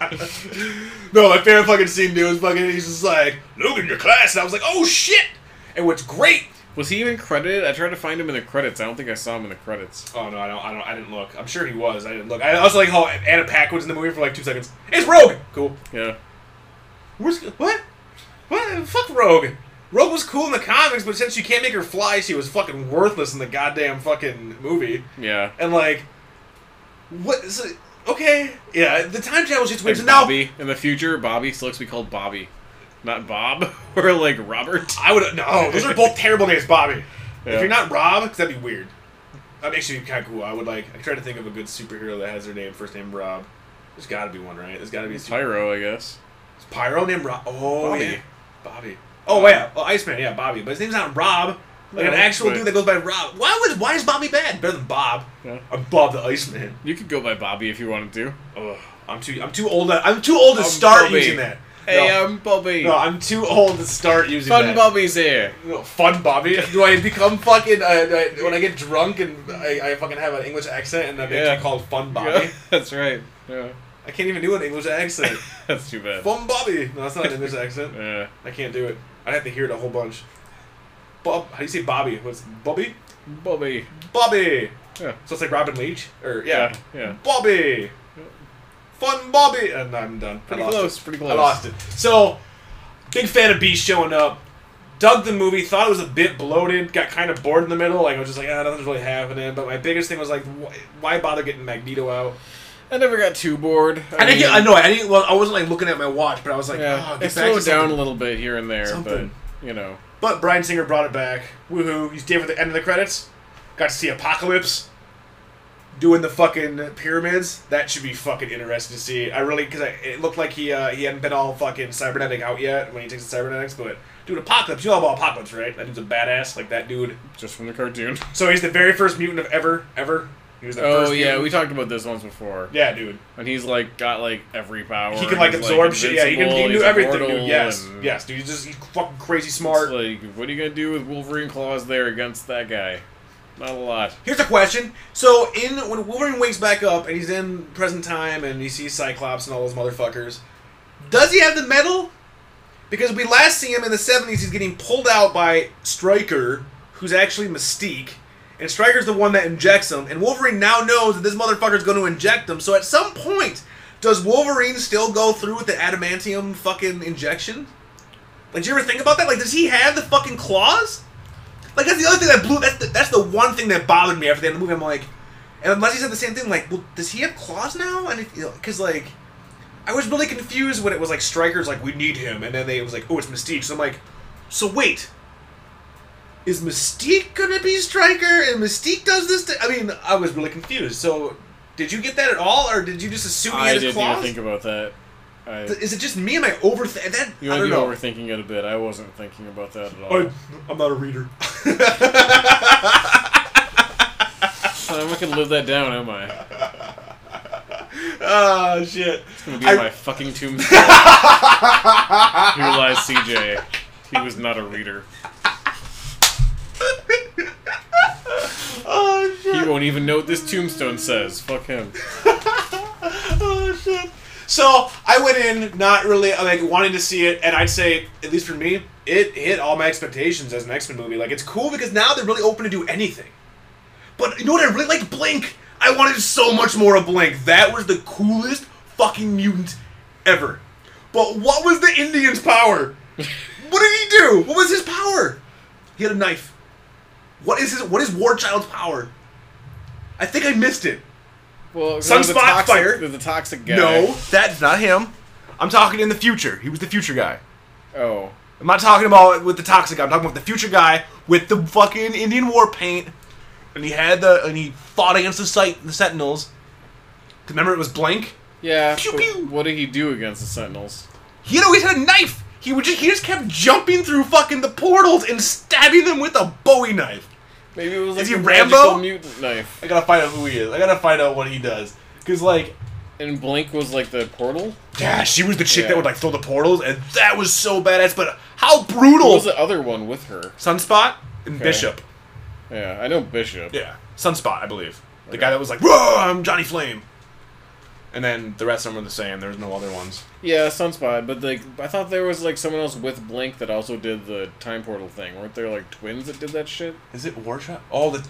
Speaker 5: no, my favorite fucking scene, dude, was fucking. He's just like, Logan, your class. And I was like, oh shit. And what's great?
Speaker 6: Was he even credited? I tried to find him in the credits. I don't think I saw him in the credits.
Speaker 5: Oh no, I don't. I don't. I didn't look. I'm sure he was. I didn't look. I also like how Anna Paquin's in the movie for like two seconds. It's Rogue. Cool.
Speaker 6: Yeah.
Speaker 5: Where's what? What? Fuck Rogue. Rogue was cool in the comics, but since you can't make her fly, she was fucking worthless in the goddamn fucking movie.
Speaker 6: Yeah.
Speaker 5: And like, what? So, okay, yeah. The time travel shit's weird. So
Speaker 6: Like
Speaker 5: now
Speaker 6: Bobby in the future, Bobby still likes to be called Bobby, not Bob (laughs) or like Robert.
Speaker 5: I would no. Those are
Speaker 6: (laughs)
Speaker 5: both terrible names, Bobby.
Speaker 6: Yeah.
Speaker 5: If you're not Rob, 'cause that'd be weird. That'd actually be kind of cool. I would like. I try to think of a good superhero that has their name first name Rob. There's got to be one, right? There's got to be a super-
Speaker 6: Pyro, I guess.
Speaker 5: Pyro named Rob. Oh
Speaker 6: Bobby.
Speaker 5: yeah, Bobby. Oh yeah, well Iceman, yeah, Bobby. But his name's not Rob. Like an
Speaker 6: No,
Speaker 5: actual
Speaker 6: but-
Speaker 5: dude that goes by Rob. Why was why is Bobby bad? Better than Bob.
Speaker 6: Yeah.
Speaker 5: Above the Iceman.
Speaker 6: You could go by Bobby if you wanted to.
Speaker 5: Ugh, I'm too I'm too old. I'm too old to
Speaker 6: I'm
Speaker 5: start
Speaker 6: Bobby.
Speaker 5: using that.
Speaker 6: Hey,
Speaker 5: No.
Speaker 6: I'm Bobby.
Speaker 5: No, I'm too old to start using
Speaker 6: Fun
Speaker 5: that.
Speaker 6: Bobby's here.
Speaker 5: No, fun Bobby. (laughs) Do I become fucking uh, uh, when I get drunk and I, I fucking have an English accent and I get
Speaker 6: Yeah.
Speaker 5: called Fun Bobby?
Speaker 6: Yeah, (laughs) that's right. Yeah, (laughs)
Speaker 5: I can't even do an English accent.
Speaker 6: that's too bad.
Speaker 5: Fun Bobby. No, that's not an English accent.
Speaker 6: Yeah.
Speaker 5: I can't do it. I'd have to hear it a whole bunch. Bob, how do you say Bobby? What's Bobby?
Speaker 6: Bobby.
Speaker 5: Bobby.
Speaker 6: Yeah.
Speaker 5: So it's like Robin Leach, or yeah,
Speaker 6: Yeah, yeah.
Speaker 5: Bobby, fun Bobby, and I'm done.
Speaker 6: Pretty
Speaker 5: I lost
Speaker 6: close,
Speaker 5: it.
Speaker 6: pretty close.
Speaker 5: I lost it. So big fan of Beast showing up. Dug the movie, thought it was a bit bloated, got kind of bored in the middle. Like I was just like, ah, nothing's really happening. But my biggest thing was like, wh- why bother getting Magneto out?
Speaker 6: I never got too bored.
Speaker 5: I, didn't. Get, I know. I didn't. Well, I wasn't like looking at my watch, but I was like,
Speaker 6: Yeah,
Speaker 5: oh, get back
Speaker 6: it
Speaker 5: to
Speaker 6: slowed down
Speaker 5: something.
Speaker 6: a little bit here and there,
Speaker 5: Something.
Speaker 6: but you know,
Speaker 5: But Brian Singer brought it back. Woohoo! You stayed for the end of the credits. Got to see Apocalypse doing the fucking pyramids. That should be fucking interesting to see. I really because it looked like he uh, he hadn't been all fucking cybernetic out yet when he takes the cybernetics. But dude, Apocalypse, you all about Apocalypse, right? That dude's a badass. Like that dude.
Speaker 6: just from the cartoon.
Speaker 5: So he's the very first mutant of ever ever. He was the
Speaker 6: Oh
Speaker 5: first
Speaker 6: yeah,
Speaker 5: mutant.
Speaker 6: we talked about this once before.
Speaker 5: yeah, dude.
Speaker 6: and he's like got like every power.
Speaker 5: He can like
Speaker 6: He's,
Speaker 5: absorb shit. Yeah, he can, he can do
Speaker 6: invincible, he's
Speaker 5: everything, dude.
Speaker 6: immortal,
Speaker 5: Yes,
Speaker 6: and
Speaker 5: yes, dude. He's just he's fucking crazy
Speaker 6: it's
Speaker 5: smart.
Speaker 6: Like, what are you gonna do with Wolverine claws there against that guy? Not a lot.
Speaker 5: Here's a question. So in when Wolverine wakes back up and he's in present time and he sees Cyclops and all those motherfuckers, does he have the medal? Because we last see him in the seventies, he's getting pulled out by Stryker, who's actually Mystique, and Stryker's the one that injects him. And Wolverine now knows that this motherfucker's going to inject him. So at some point, does Wolverine still go through with the adamantium fucking injection? Like, did you ever think about that? Like, does he have the fucking claws? Like that's the other thing that blew. That's the, that's the one thing that bothered me after the end of the movie. I'm like, and Leslie said the same thing. Like, well, does he have claws now? And because like, I was really confused when it was like Strikers like we need him, and then they it was like oh it's Mystique. So I'm like, so wait, is Mystique gonna be Striker? And Mystique does this? To, I mean, I was really confused. So did you get that at all, or did you just assume he
Speaker 6: I
Speaker 5: had
Speaker 6: didn't
Speaker 5: claws?
Speaker 6: even think about that. I,
Speaker 5: is it just me? Am I overthinking that?
Speaker 6: you
Speaker 5: I
Speaker 6: might
Speaker 5: don't
Speaker 6: be
Speaker 5: know.
Speaker 6: overthinking it a bit. I wasn't thinking about that at all.
Speaker 5: I- I'm not a reader.
Speaker 6: I'm not gonna live that down, am I? It's
Speaker 5: oh shit.
Speaker 6: gonna be on my
Speaker 5: (laughs)
Speaker 6: fucking tombstone. Here lies CJ. He was not a reader.
Speaker 5: Oh shit.
Speaker 6: He won't even know what this tombstone says. Fuck him.
Speaker 5: oh shit. So I went in not really like wanting to see it, and I'd say at least for me, it hit all my expectations as an X Men movie. Like it's cool because now they're really open to do anything. But you know what? I really liked Blink. I wanted so much more of Blink. That was the coolest fucking mutant ever. But what was the Indian's power? what did he do? What was his power? He had a knife. What is his? What is War Child's power? I think I missed it.
Speaker 6: Well, there's
Speaker 5: Sunspot
Speaker 6: a toxic,
Speaker 5: fire.
Speaker 6: There's a toxic guy.
Speaker 5: No, that's not him. I'm talking in the future. He was the future guy.
Speaker 6: Oh.
Speaker 5: I'm not talking about with the toxic guy. I'm talking about the future guy with the fucking Indian war paint, and he had the and he fought against the site the Sentinels. 'Cause Remember, it was blank.
Speaker 6: Yeah.
Speaker 5: Pew,
Speaker 6: but
Speaker 5: pew.
Speaker 6: What did he do against the Sentinels?
Speaker 5: He always had a knife. He would just he just kept jumping through fucking the portals and stabbing them with a Bowie knife.
Speaker 6: Maybe it was like
Speaker 5: he
Speaker 6: a
Speaker 5: Rambo?
Speaker 6: magical mutant knife.
Speaker 5: I gotta find out who he is. I gotta find out what he does. Cause like
Speaker 6: And Blink was like the portal.
Speaker 5: yeah, she was the chick
Speaker 6: Yeah.
Speaker 5: that would like throw the portals, and that was so badass. But how brutal!
Speaker 6: What was the other one with her?
Speaker 5: Sunspot and Bishop.
Speaker 6: Yeah, I know Bishop.
Speaker 5: Yeah, Sunspot, I believe. The guy that was like, "Whoa, I'm Johnny Flame," and then the rest of them are the same. There's no other ones.
Speaker 6: Yeah, Sunspot. But like, I thought there was like someone else with Blink that also did the time portal thing. Weren't there like twins that did that shit?
Speaker 5: Is it Warshot? All the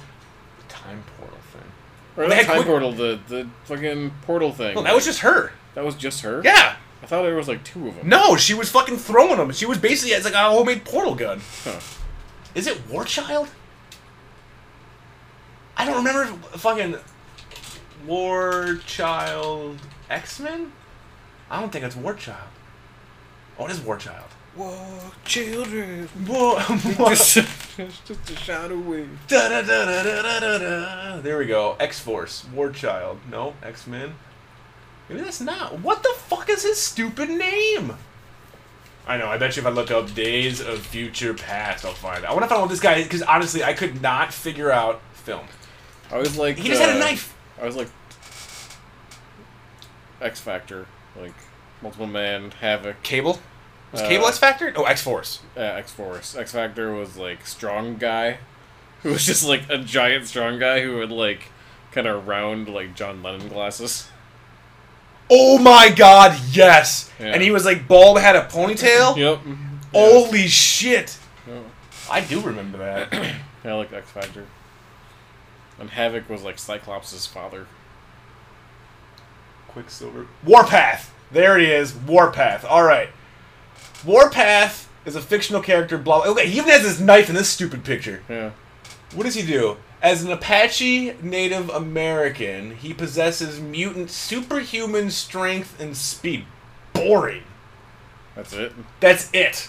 Speaker 5: time portal thing.
Speaker 6: Or
Speaker 5: They
Speaker 6: not
Speaker 5: had
Speaker 6: time
Speaker 5: quick-
Speaker 6: portal, the the fucking portal thing.
Speaker 5: No, Oh, that was just her.
Speaker 6: that was just her.
Speaker 5: Yeah.
Speaker 6: I thought there was like two of them.
Speaker 5: No, she was fucking throwing them. She was basically it's like a homemade portal gun.
Speaker 6: Huh.
Speaker 5: Is it Warchild? I don't remember. If fucking Warchild X Men. I don't think it's Warchild. Oh, it is Warchild.
Speaker 6: Whoa, (laughs)
Speaker 5: (laughs)
Speaker 6: children.
Speaker 5: Whoa.
Speaker 6: just, just a shot away.
Speaker 5: Da-da-da-da-da-da-da. There we go. X Force, War Child. No, X Men. Maybe that's not. What the fuck is his stupid name? I know. I bet you if I look up Days of Future Past, I'll find. Out. I want to find out what this guy is because honestly, I could not figure out film.
Speaker 6: I was like,
Speaker 5: He just had a
Speaker 6: uh,
Speaker 5: knife.
Speaker 6: I was like, X Factor, like Multiple Man, Havoc,
Speaker 5: Cable? Was
Speaker 6: Uh,
Speaker 5: Cable X Factor? Oh, X Force.
Speaker 6: uh, X Force. X Factor was like strong guy, (laughs) who was just like a giant strong guy who would like kind of round like John Lennon glasses.
Speaker 5: Oh my god, yes!
Speaker 6: Yeah.
Speaker 5: And he was like bald, had a
Speaker 6: (laughs)
Speaker 5: ponytail?
Speaker 6: Yep.
Speaker 5: Holy shit!
Speaker 6: Yep.
Speaker 5: I do remember that. (clears throat)
Speaker 6: Yeah, I like X Factor. And Havoc was like Cyclops' father.
Speaker 5: Quicksilver. Warpath! There he is, Warpath. Alright. Warpath is a fictional character, blah. Okay, he even has his knife in this stupid picture.
Speaker 6: Yeah.
Speaker 5: What does he do? As an Apache Native American, he possesses mutant superhuman strength and speed. Boring.
Speaker 6: That's it.
Speaker 5: That's it.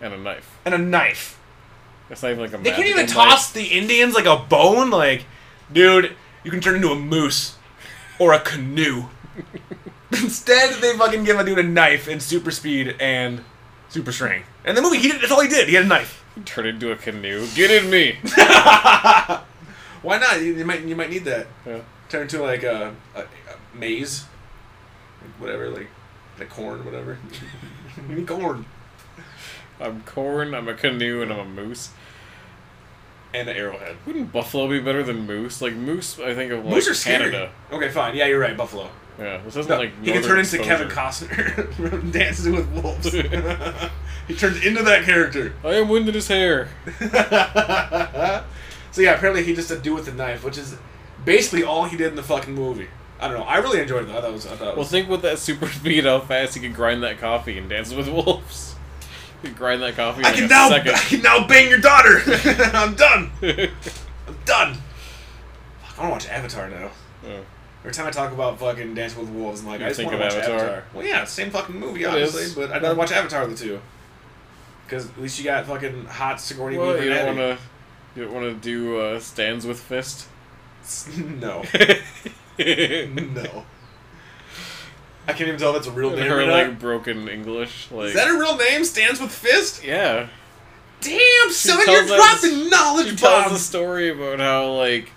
Speaker 6: And a knife.
Speaker 5: And a knife.
Speaker 6: That's not even like a
Speaker 5: They can't even
Speaker 6: magical knife.
Speaker 5: toss the Indians like a bone. Like, dude, you can turn into a moose or a canoe. (laughs) Instead, they fucking give a dude a knife and super speed and super strength. And the movie, he did, that's all he did. He had a knife.
Speaker 6: Turn into a canoe. Get
Speaker 5: (laughs)
Speaker 6: in me!
Speaker 5: Why not? You, you might you might need that.
Speaker 6: yeah.
Speaker 5: Turn into like a, a, a maize, like whatever, like the corn, whatever. (laughs) you need corn
Speaker 6: I'm corn, I'm a canoe, and I'm a moose.
Speaker 5: and an arrowhead.
Speaker 6: Wouldn't buffalo be better than moose? Like moose, I think of like
Speaker 5: Moose are scary.
Speaker 6: Canada.
Speaker 5: Okay, fine. Yeah, you're right. Buffalo.
Speaker 6: Yeah, this isn't
Speaker 5: No,
Speaker 6: like
Speaker 5: he can turn into Kevin Costner (laughs) from Dances with
Speaker 6: (laughs)
Speaker 5: Wolves. he turns into that character.
Speaker 6: I am wind in his hair.
Speaker 5: so yeah, apparently he just a dude with a knife, which is basically all he did in the fucking movie. I don't know. I really enjoyed it. though. I thought it was. I thought it
Speaker 6: Well,
Speaker 5: was
Speaker 6: think with that super (laughs) speed, how fast he could grind that coffee and dance with wolves. He could grind that coffee. In
Speaker 5: I
Speaker 6: like
Speaker 5: can
Speaker 6: a
Speaker 5: now. I
Speaker 6: Second.
Speaker 5: can now bang your daughter. (laughs) I'm done.
Speaker 6: (laughs)
Speaker 5: I'm done. Fuck, I want to watch Avatar now.
Speaker 6: Yeah.
Speaker 5: Every time I talk about fucking Dancing with Wolves, I'm like,
Speaker 6: You
Speaker 5: I just
Speaker 6: think
Speaker 5: want to watch
Speaker 6: of
Speaker 5: Avatar.
Speaker 6: Avatar.
Speaker 5: Well, yeah, same fucking movie,
Speaker 6: It
Speaker 5: obviously,
Speaker 6: is.
Speaker 5: but I'd rather watch Avatar than the two. Because at least you got fucking hot Sigourney
Speaker 6: Well,
Speaker 5: Weaver.
Speaker 6: you
Speaker 5: and
Speaker 6: don't want
Speaker 5: Abby.
Speaker 6: to. You don't want to do uh, stands with fist.
Speaker 5: (laughs) No. (laughs)
Speaker 6: and
Speaker 5: no. I can't even tell if that's a real name
Speaker 6: her
Speaker 5: or not.
Speaker 6: like broken English, like
Speaker 5: Is that a real name? Stands with fist?
Speaker 6: yeah.
Speaker 5: Damn, son, you're
Speaker 6: tells us-
Speaker 5: dropping
Speaker 6: She
Speaker 5: knowledge
Speaker 6: tells the
Speaker 5: bombs.
Speaker 6: story about how like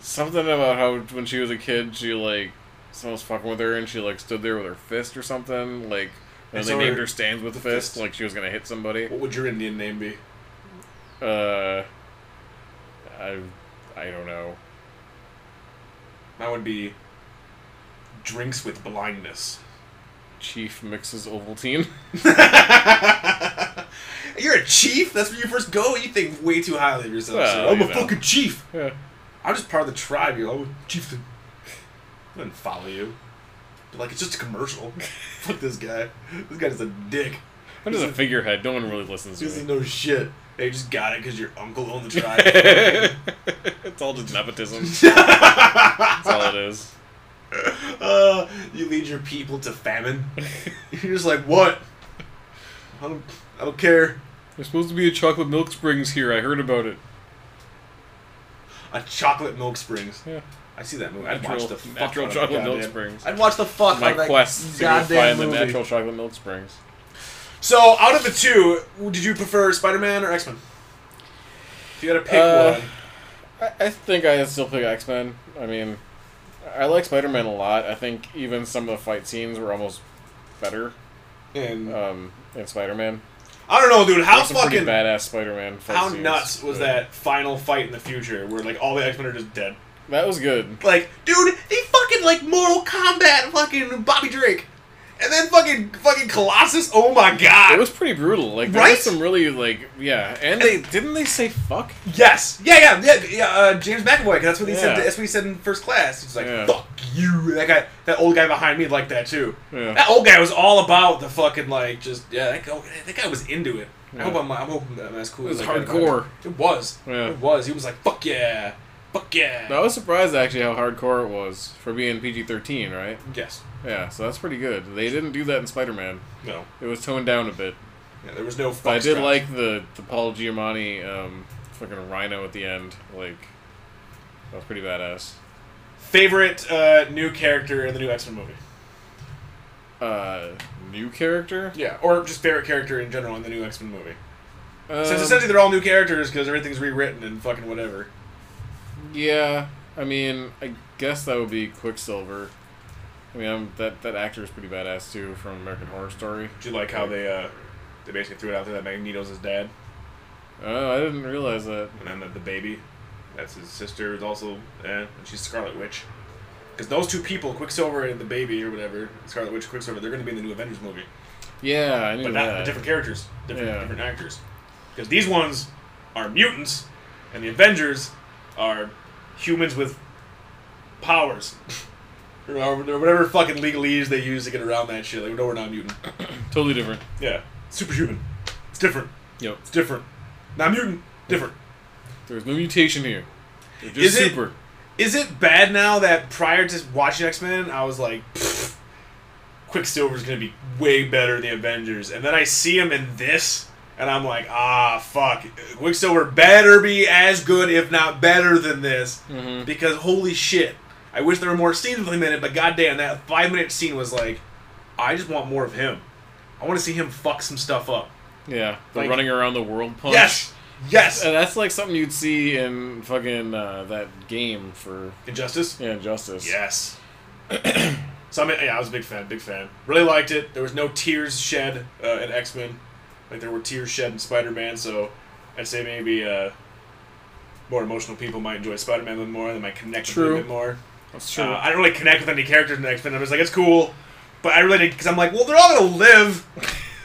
Speaker 6: something about how when she was a kid, she like someone was fucking with her and she like stood there with her fist or something, like. And,
Speaker 5: And
Speaker 6: they
Speaker 5: so
Speaker 6: named
Speaker 5: her-
Speaker 6: her stands with fist, like she was gonna hit somebody.
Speaker 5: What would your Indian name be?
Speaker 6: Uh, I, I don't know.
Speaker 5: Mine would be Drinks with Blindness.
Speaker 6: Chief mixes Ovaltine. (laughs)
Speaker 5: You're a chief? That's where you first go? You think way too highly of yourself.
Speaker 6: Well,
Speaker 5: sir. I'm
Speaker 6: you
Speaker 5: a
Speaker 6: know.
Speaker 5: fucking chief.
Speaker 6: Yeah.
Speaker 5: I'm just part of the tribe. You're like, i chief. I didn't follow you. But, like, it's just a commercial. (laughs) Fuck this guy. This guy's a dick.
Speaker 6: I'm just a figurehead. No one really listens
Speaker 5: He doesn't
Speaker 6: to me.
Speaker 5: know shit. They just got it because your uncle owned
Speaker 6: (laughs)
Speaker 5: the tribe.
Speaker 6: it's all
Speaker 5: (laughs)
Speaker 6: just nepotism. That's all it is.
Speaker 5: uh, you lead your people to famine. (laughs) You're just like, what? I don't, I don't care.
Speaker 6: There's supposed to be a chocolate milk springs here. I heard about it.
Speaker 5: A chocolate milk springs.
Speaker 6: Yeah.
Speaker 5: I see that movie. I'd
Speaker 6: Natural-
Speaker 5: watch the fuck
Speaker 6: natural
Speaker 5: out of
Speaker 6: chocolate
Speaker 5: that
Speaker 6: milk
Speaker 5: goddamn-
Speaker 6: springs.
Speaker 5: I'd watch the fuck
Speaker 6: My
Speaker 5: out of that
Speaker 6: quest to go
Speaker 5: goddamn
Speaker 6: find the
Speaker 5: movie.
Speaker 6: natural chocolate milk springs.
Speaker 5: So, out of the two, did you prefer Spider-Man or X-Men? If you had to pick
Speaker 6: Uh,
Speaker 5: one,
Speaker 6: I, I think I still pick X Men. I mean, I like Spider Man a lot. I think even some of the fight scenes were almost better
Speaker 5: and
Speaker 6: um, in Spider Man.
Speaker 5: I don't know, dude, how
Speaker 6: some pretty
Speaker 5: fucking
Speaker 6: badass Spider Man.
Speaker 5: how nuts was that final fight in the future where like all the X-Men are just dead?
Speaker 6: That was good.
Speaker 5: Like, dude, they fucking like Mortal Kombat fucking Bobby Drake. And then fucking fucking Colossus. Oh my god.
Speaker 6: It was pretty brutal. Like there
Speaker 5: Right?
Speaker 6: was some really like yeah, and they didn't they say fuck?
Speaker 5: yes. Yeah, yeah, yeah, yeah uh, James McAvoy, 'cause that's what he said
Speaker 6: Yeah.
Speaker 5: that's what he said in first class. He's like,
Speaker 6: Yeah.
Speaker 5: fuck you. That guy that old guy behind me liked that too.
Speaker 6: Yeah.
Speaker 5: That old guy was all about the fucking like just yeah, that guy, that guy was into it. I hope I'm I'm hoping that that's cool.
Speaker 6: It was
Speaker 5: Like,
Speaker 6: hardcore.
Speaker 5: It was.
Speaker 6: Yeah.
Speaker 5: It was. He was like, fuck yeah. Fuck yeah.
Speaker 6: I was surprised actually how hardcore it was for being PG thirteen, right?
Speaker 5: Yes.
Speaker 6: Yeah, so that's pretty good. They didn't do that in Spider Man.
Speaker 5: No.
Speaker 6: It was toned down a bit.
Speaker 5: Yeah, there was no
Speaker 6: But I did
Speaker 5: fuckstraps.
Speaker 6: like the the Paul Giamatti um, fucking rhino at the end. Like that was pretty badass.
Speaker 5: favorite uh, new character in the new X Men movie.
Speaker 6: Uh, new character.
Speaker 5: Yeah, or just favorite character in general in the new X Men movie. Since
Speaker 6: Um,
Speaker 5: essentially they're all new characters because everything's rewritten and fucking whatever.
Speaker 6: yeah, I mean, I guess that would be Quicksilver. I mean, I'm, that that actor is pretty badass too from American Horror Story.
Speaker 5: Did you like how they uh, they basically threw it out there that Magneto's his dad,
Speaker 6: Oh, I didn't realize that.
Speaker 5: and then the, the baby, that's his sister is also, eh, and she's Scarlet Witch. Because those two people, Quicksilver and the baby or whatever, Scarlet Witch, Quicksilver, they're going to be in the new Avengers movie,
Speaker 6: Yeah, I knew
Speaker 5: but not
Speaker 6: that.
Speaker 5: but different characters, different
Speaker 6: Yeah.
Speaker 5: different actors. Because these ones are mutants, and the Avengers are humans with powers. (laughs) Or however- or whatever fucking legalese they use to get around that shit. Like, no, we're not mutant.
Speaker 6: totally different.
Speaker 5: Yeah. Superhuman. It's different.
Speaker 6: Yep.
Speaker 5: It's different. Not mutant. Different.
Speaker 6: There's no mutation here. They're
Speaker 5: Is
Speaker 6: just
Speaker 5: it-
Speaker 6: super.
Speaker 5: Is it bad now that prior to watching X Men, I was like, "Pfft, Quicksilver's gonna be way better than the Avengers, and then I see him in this, and I'm like, ah, fuck, Quicksilver better be as good, if not better than this,
Speaker 6: Mm-hmm.
Speaker 5: because holy shit, I wish there were more scenes with him in it, but goddamn, that five minute scene was like, I just want more of him. I want to see him fuck some stuff up.
Speaker 6: Yeah, the
Speaker 5: Like-
Speaker 6: running around the world punch.
Speaker 5: Yes, yes.
Speaker 6: And that's like something you'd see in fucking uh, that game for
Speaker 5: Injustice.
Speaker 6: yeah, Injustice.
Speaker 5: Yes. (clears throat) so I mean, yeah, I was a big fan, big fan. Really liked it. There was no tears shed uh, in X Men, like there were tears shed in Spider Man. So I'd say maybe uh, more emotional people might enjoy Spider Man a little more. They might connect with
Speaker 6: True.
Speaker 5: it a bit more.
Speaker 6: that's true.
Speaker 5: Uh, I don't really connect with any characters in X Men. I was like, it's cool, but I really did because I'm like, well, they're all gonna live.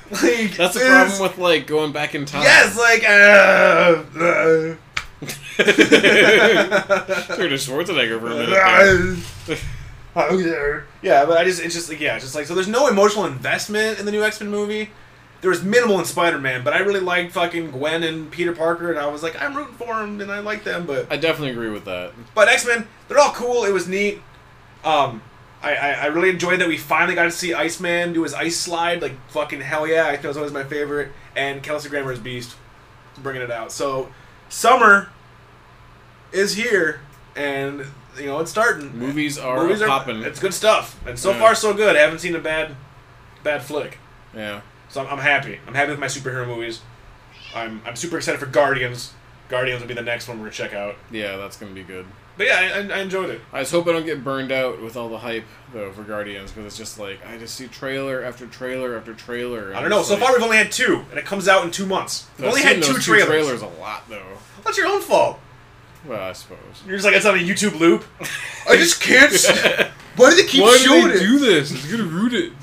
Speaker 5: (laughs) like
Speaker 6: that's the
Speaker 5: this-
Speaker 6: problem with like going back in time. (laughs)
Speaker 5: Yes, like uh, uh, (laughs)
Speaker 6: Turn to Schwarzenegger (laughs) for a minute. there.
Speaker 5: Yeah, but I just it's just like yeah, it's just like so there's no emotional investment in the new X Men movie. There was minimal in Spider Man, but I really liked fucking Gwen and Peter Parker, and I was like, I'm rooting for them, and I like them, but
Speaker 6: I definitely agree with that.
Speaker 5: but X Men, they're all cool. It was neat. Um, I, I I really enjoyed that we finally got to see Iceman do his ice slide. Like fucking hell yeah, I think that was always my favorite. And Kelsey Grammer is beast, bringing it out. So summer is here, and you know it's starting.
Speaker 6: Movies are popping.
Speaker 5: It's good stuff, and so
Speaker 6: Yeah.
Speaker 5: far so good. I haven't seen a bad, bad flick.
Speaker 6: Yeah.
Speaker 5: So I'm, I'm happy. I'm happy with my superhero movies. I'm I'm super excited for Guardians. Guardians will be the next one we're gonna check out.
Speaker 6: Yeah, that's gonna be good.
Speaker 5: But yeah, I, I- I enjoyed it.
Speaker 6: I just hope I don't get burned out with all the hype though for Guardians because it's just like I just see trailer after trailer after trailer. and
Speaker 5: I don't know.
Speaker 6: it's
Speaker 5: So
Speaker 6: like-
Speaker 5: far, we've only had two, and it comes out in two months. We've
Speaker 6: I've
Speaker 5: only
Speaker 6: seen
Speaker 5: had two
Speaker 6: those
Speaker 5: trailers.
Speaker 6: a lot though.
Speaker 5: That's your own fault.
Speaker 6: Well, I suppose.
Speaker 5: You're just like it's on a YouTube loop. I just (laughs) can't. s- Why do they keep
Speaker 6: Why
Speaker 5: showing
Speaker 6: do they
Speaker 5: it?
Speaker 6: do this? It's gonna ruin it.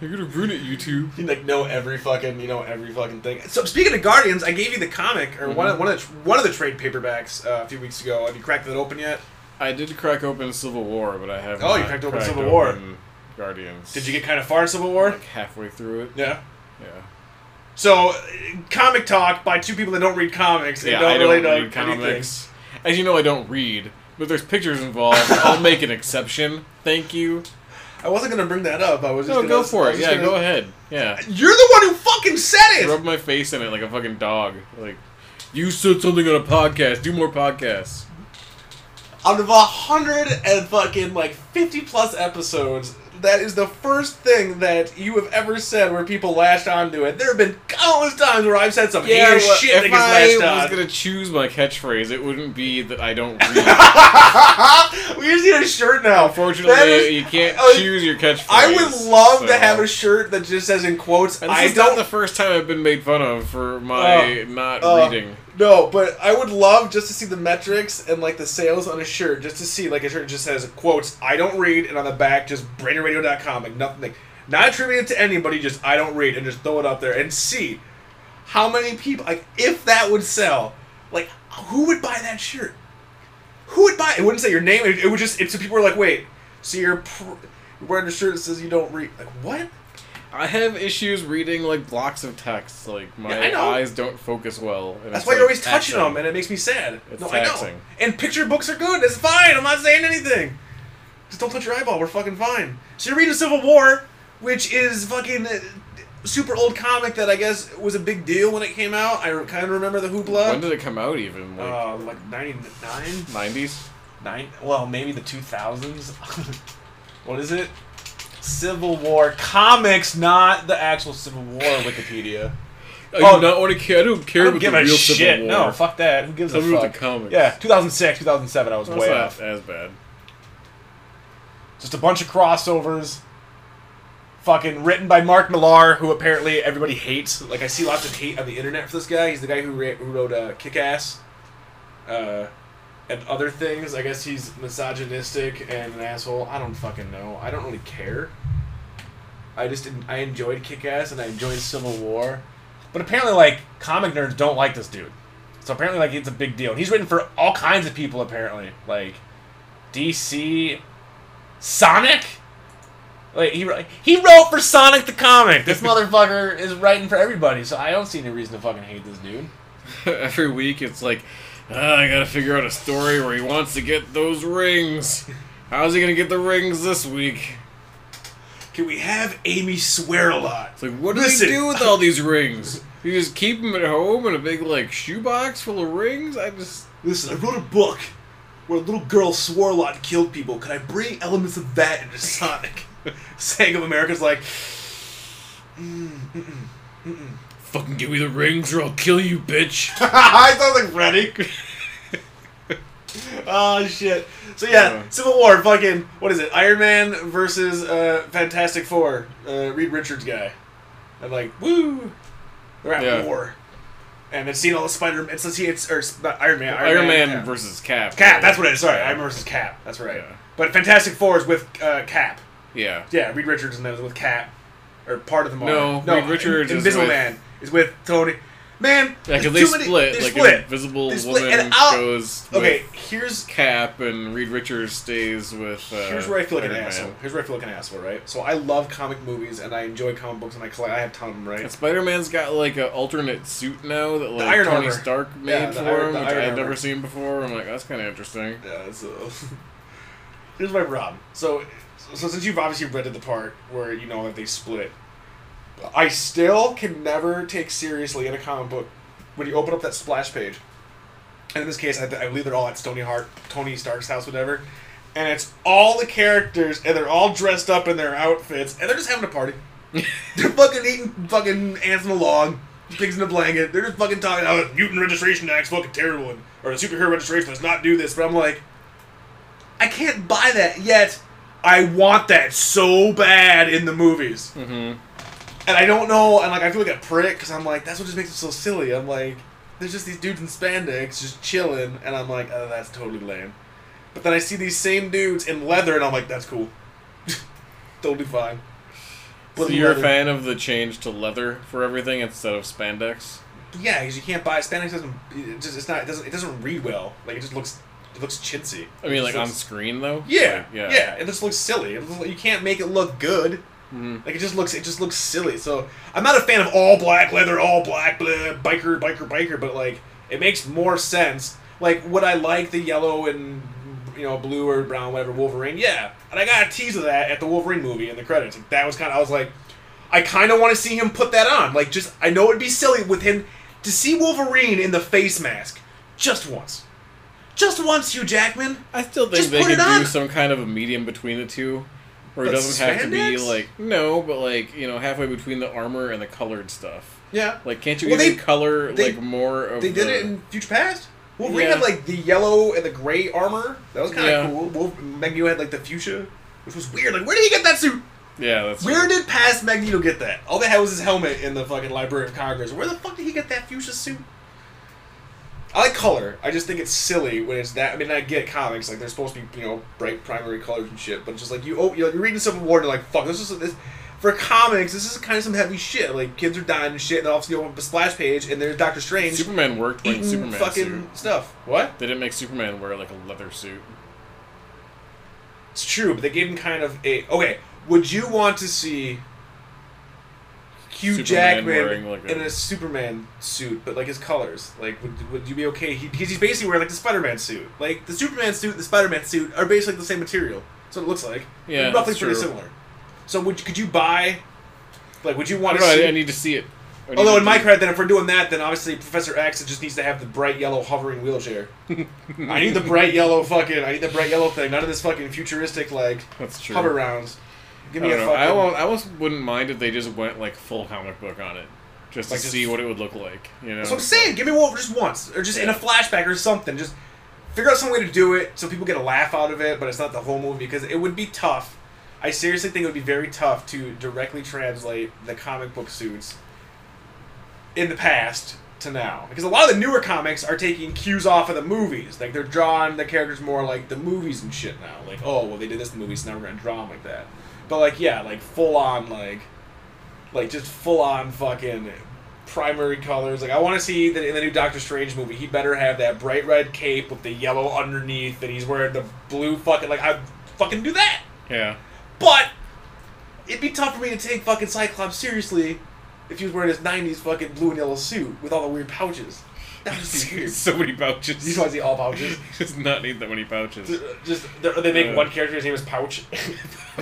Speaker 6: You're gonna ruin it, YouTube.
Speaker 5: You like know every fucking you know every fucking thing. So speaking of Guardians, I gave you the comic or one
Speaker 6: Mm-hmm.
Speaker 5: of, one of the, tr- one of the trade paperbacks uh, a few weeks ago. Have you cracked that open yet?
Speaker 6: I did crack open Civil War, but I have.
Speaker 5: Oh, you
Speaker 6: not
Speaker 5: cracked open Civil War.
Speaker 6: open Guardians.
Speaker 5: Did you get kind of far in Civil War?
Speaker 6: like halfway through it?
Speaker 5: Yeah.
Speaker 6: Yeah.
Speaker 5: So, uh, comic talk by two people that don't read comics and
Speaker 6: Yeah,
Speaker 5: don't
Speaker 6: I
Speaker 5: really
Speaker 6: don't
Speaker 5: know
Speaker 6: read
Speaker 5: anything.
Speaker 6: comics. As you know, I don't read, but there's pictures involved. I'll make an exception. Thank you.
Speaker 5: I wasn't gonna bring that up. I was just
Speaker 6: No,
Speaker 5: gonna,
Speaker 6: go
Speaker 5: I
Speaker 6: for
Speaker 5: was
Speaker 6: it.
Speaker 5: just
Speaker 6: Yeah,
Speaker 5: gonna-
Speaker 6: go ahead. Yeah.
Speaker 5: You're the one who fucking said it.
Speaker 6: Rub my face in it like a fucking dog. Like, you said something on a podcast. Do more podcasts.
Speaker 5: out of a hundred and fucking like fifty plus episodes, that is the first thing that you have ever said where people lashed onto it. There have been countless times where I've said some yeah,
Speaker 6: well,
Speaker 5: shit that
Speaker 6: if
Speaker 5: gets
Speaker 6: I was
Speaker 5: lashed on.
Speaker 6: gonna choose my catchphrase, it wouldn't be that
Speaker 5: (laughs)
Speaker 6: I don't read.
Speaker 5: we just need a shirt now.
Speaker 6: Unfortunately,
Speaker 5: That is-
Speaker 6: you can't
Speaker 5: uh,
Speaker 6: choose your catchphrase.
Speaker 5: I would love to
Speaker 6: so-
Speaker 5: have a shirt that just says in quotes.
Speaker 6: And this
Speaker 5: I
Speaker 6: is
Speaker 5: don't
Speaker 6: not the first time I've been made fun of for
Speaker 5: Uh,
Speaker 6: my not
Speaker 5: uh,
Speaker 6: reading.
Speaker 5: No, but I would love just to see the metrics and like the sales on a shirt, just to see like a shirt just says quotes "I don't read" and on the back just BrainerRadio.com, like nothing, like, not attributed to anybody, just "I don't read" and just throw it up there and see how many people like if that would sell, like who would buy that shirt? Who would buy? It wouldn't say your name. It, it would just. It's people were like, wait, so you're pr- you're wearing a shirt that says you don't read. Like what?
Speaker 6: I have issues reading like blocks of text. Like my
Speaker 5: I know.
Speaker 6: eyes don't focus well. and
Speaker 5: That's
Speaker 6: it's,
Speaker 5: why you're
Speaker 6: like,
Speaker 5: always touching
Speaker 6: taxing.
Speaker 5: them, and it makes me sad.
Speaker 6: It's
Speaker 5: no, I know.
Speaker 6: taxing.
Speaker 5: And picture books are good. It's fine. I'm not saying anything. Just don't touch your eyeball. We're fucking fine. So you're reading Civil War, which is fucking uh, super old comic that I guess was a big deal when it came out. I kind of remember the hoopla.
Speaker 6: When did it come out? Even like
Speaker 5: uh, like 99?
Speaker 6: nineties.
Speaker 5: Nine? Well, maybe the 2000s. (laughs) what is it? Civil War comics, not the actual Civil War Wikipedia.
Speaker 6: I
Speaker 5: Oh.
Speaker 6: do not want to care. I don't care
Speaker 5: I don't
Speaker 6: about the
Speaker 5: give
Speaker 6: real
Speaker 5: a shit.
Speaker 6: Civil War.
Speaker 5: No, fuck that. Who gives
Speaker 6: Tell
Speaker 5: a
Speaker 6: me
Speaker 5: fuck?
Speaker 6: about the comics.
Speaker 5: Yeah, 2006, 2007. I was
Speaker 6: That's
Speaker 5: way
Speaker 6: not
Speaker 5: off.
Speaker 6: as bad.
Speaker 5: Just a bunch of crossovers. Fucking written by Mark Millar, who apparently everybody hates. Like I see lots of hate on the internet for this guy. He's the guy who, ra- who wrote uh, Kick Ass, uh, and other things. I guess he's misogynistic and an asshole. I don't fucking know. I don't really care. I just en- I enjoyed Kick Ass and I enjoyed Civil War, but apparently like comic nerds don't like this dude. So apparently like it's a big deal. And he's written for all kinds of people apparently like DC, Sonic. Like he wri- he wrote for Sonic the comic. This motherfucker is writing for everybody. So I don't see any reason to fucking hate this dude.
Speaker 6: (laughs) Every week it's like, "Ah, I gotta figure out a story where he wants to get those rings. How's he gonna get the rings this week?
Speaker 5: Can we have Amy swear a lot?
Speaker 6: It's like, what do
Speaker 5: Listen.
Speaker 6: they do with all these rings? You just keep them at home in a big like shoebox full of rings? I just
Speaker 5: Listen, I wrote a book where a little girl swore a lot and killed people. Could I bring elements of that into Sonic? (laughs) Sang of America's like,
Speaker 6: fucking give me the rings or I'll kill you, bitch. (laughs)
Speaker 5: I sound like Reddick. (laughs) oh shit. So yeah,
Speaker 6: Yeah.
Speaker 5: Civil War. Fucking what is it? Iron Man versus uh, Fantastic Four. Uh, Reed Richards guy. And like woo, they're at
Speaker 6: Yeah.
Speaker 5: war. And it's seen all the Spider. It's it's, it's or not Iron Man.
Speaker 6: Iron, Man
Speaker 5: yeah.
Speaker 6: versus Cap.
Speaker 5: Cap. That's what it is. Sorry, Iron Man versus Cap. That's right.
Speaker 6: Yeah.
Speaker 5: But Fantastic Four is with uh, Cap.
Speaker 6: Yeah.
Speaker 5: Yeah, Reed Richards and that was with Cap, or part of them.
Speaker 6: No,
Speaker 5: are.
Speaker 6: Reed Richards is
Speaker 5: Invisible
Speaker 6: with-
Speaker 5: Man is with Tony. Man,
Speaker 6: Yeah,
Speaker 5: there's
Speaker 6: because they
Speaker 5: too many-
Speaker 6: split.
Speaker 5: they
Speaker 6: like
Speaker 5: split.
Speaker 6: Invisible
Speaker 5: They split,
Speaker 6: Woman
Speaker 5: and I'll-
Speaker 6: goes with
Speaker 5: Okay, here's
Speaker 6: Cap, and Reed Richards stays with. Uh,
Speaker 5: here's where I feel like an
Speaker 6: Iron Man.
Speaker 5: asshole. Here's where I feel like an asshole, right? So I love comic movies and I enjoy comic books and I collect. I have a ton of them, right?
Speaker 6: And Spider Man's got like an alternate suit now that like
Speaker 5: Iron
Speaker 6: Tony
Speaker 5: Armor.
Speaker 6: Stark made
Speaker 5: Yeah, the
Speaker 6: for
Speaker 5: Iron-
Speaker 6: him,
Speaker 5: the
Speaker 6: which
Speaker 5: Iron
Speaker 6: I had
Speaker 5: Armor.
Speaker 6: never seen before. I'm like, that's kind of interesting.
Speaker 5: Yeah, so (laughs) here's my problem. So, so since you've obviously read to the part where you know that they split, I still can never take seriously in a comic book when you open up that splash page. And in this case, I, I believe they're all at Stony Heart, Tony Stark's house, whatever. And it's all the characters, and they're all dressed up in their outfits, and they're just having a party. they're fucking eating fucking ants in a log, pigs in a blanket. They're just fucking talking about mutant registration act's fucking terrible, and, or the superhero registration does not do this. But I'm like, I can't buy that yet. I want that so bad in the movies. Mm-hmm. And I don't know, and like I feel like a prick because I'm like, that's what just makes it so silly. I'm like, there's just these dudes in spandex just chilling, and I'm like, oh, that's totally lame. But then I see these same dudes in leather, and I'm like, that's cool. (laughs) totally fine.
Speaker 6: So
Speaker 5: But
Speaker 6: you're a
Speaker 5: leather-
Speaker 6: fan of the change to leather for everything instead of spandex?
Speaker 5: Yeah, because you can't buy spandex. Doesn't it just, it's not it doesn't it doesn't read well. Like it just looks it looks chintzy.
Speaker 6: I mean,
Speaker 5: It
Speaker 6: like
Speaker 5: just
Speaker 6: on
Speaker 5: looks-
Speaker 6: screen though.
Speaker 5: Yeah,
Speaker 6: Like,
Speaker 5: yeah, It just looks silly. It looks, you can't make it look good. Like it just looks, it just looks silly. So I'm not a fan of all black leather, all black blah, biker, biker, biker. But like, it makes more sense. Like, would I like the yellow and you know blue or brown, whatever Wolverine? Yeah, and I got a tease of that at the Wolverine movie in the credits. Like, that was kind of I was like, I kind of want to see him put that on. Like, just I know it'd be silly with him to see Wolverine in the face mask just once, just once, Hugh Jackman.
Speaker 6: I still think
Speaker 5: Just
Speaker 6: they
Speaker 5: put it
Speaker 6: could
Speaker 5: on.
Speaker 6: do some kind of a medium between the two, where it
Speaker 5: But
Speaker 6: doesn't have to be
Speaker 5: spandex?
Speaker 6: like no, but like you know halfway between the armor and the colored stuff.
Speaker 5: Yeah,
Speaker 6: Like, can't you
Speaker 5: Well,
Speaker 6: even
Speaker 5: they-
Speaker 6: color
Speaker 5: they-
Speaker 6: like more of?
Speaker 5: They did
Speaker 6: the-
Speaker 5: it in Future Past. Wolverine
Speaker 6: Yeah.
Speaker 5: had like the yellow and the gray armor. That was kind of
Speaker 6: Yeah.
Speaker 5: cool. Wolf- Magneto had like the fuchsia, which was weird. Like, where did he get that suit?
Speaker 6: Yeah, that's
Speaker 5: Where did past Magneto get that? All they had was his helmet in the fucking Library of Congress. Where the fuck did he get that fuchsia suit? I like color. I just think it's silly when it's that. I mean, I get comics like they're supposed to be you know bright primary colors and shit, but it's just like you oh you're, you're reading Civil War and you're like fuck this is this for comics this is kind of some heavy shit. Like kids are dying and shit, and obviously you open up a splash page and there's Doctor Strange
Speaker 6: Superman worked wearing
Speaker 5: eating
Speaker 6: Superman
Speaker 5: fucking
Speaker 6: suit.
Speaker 5: stuff. What?
Speaker 6: They didn't make Superman wear like a leather suit.
Speaker 5: It's true, but they gave him kind of a okay. Would you want to see Hugh
Speaker 6: Superman
Speaker 5: Jackman
Speaker 6: wearing, like,
Speaker 5: in
Speaker 6: a-
Speaker 5: a Superman suit, but like his colors? Like, would, would you be okay? He, because he's basically wearing like the Spider-Man suit. Like the Superman suit, the Spider-Man suit are basically the same material. That's what it looks like.
Speaker 6: Yeah,
Speaker 5: They're roughly
Speaker 6: that's
Speaker 5: pretty
Speaker 6: true.
Speaker 5: similar. So would could you buy? Like, would you want to
Speaker 6: I don't know,
Speaker 5: see?
Speaker 6: I, I need to see it. I need
Speaker 5: Although
Speaker 6: to
Speaker 5: in my
Speaker 6: do-
Speaker 5: credit, then if we're doing that, then obviously Professor X just needs to have the bright yellow hovering
Speaker 6: (laughs)
Speaker 5: wheelchair. I need the bright yellow fucking. I need the bright yellow thing. None of this fucking futuristic like
Speaker 6: That's true.
Speaker 5: hover rounds. Give
Speaker 6: I,
Speaker 5: me a
Speaker 6: don't know.
Speaker 5: fucking.
Speaker 6: I, almost, I almost wouldn't mind if they just went like full comic book on it, just
Speaker 5: Like,
Speaker 6: to
Speaker 5: just-
Speaker 6: see what it would look like. You know,
Speaker 5: That's what I'm saying. Give me one just once, or just in a
Speaker 6: Yeah.
Speaker 5: flashback or something. Just figure out some way to do it so people get a laugh out of it, but it's not the whole movie because it would be tough. I seriously think it would be very tough to directly translate the comic book suits in the past to now because a lot of the newer comics are taking cues off of the movies. Like they're drawing the characters more like the movies and shit now. Like oh well they did this in the movies, so now we're gonna draw them like that. But like yeah, like full on like like just full on fucking primary colors. Like I want to see that in the new Doctor Strange movie, he better have that bright red cape with the yellow underneath, and he's wearing the blue fucking like I fucking do that.
Speaker 6: Yeah.
Speaker 5: But it'd be tough for me to take fucking Cyclops seriously if he was wearing his '90s fucking blue and yellow suit with all the weird pouches. That would just be weird.
Speaker 6: (laughs) so many pouches.
Speaker 5: You
Speaker 6: (laughs)
Speaker 5: probably see all pouches.
Speaker 6: Does not need that many pouches.
Speaker 5: Just they they make
Speaker 6: Uh.
Speaker 5: one character his name is Pouch. (laughs)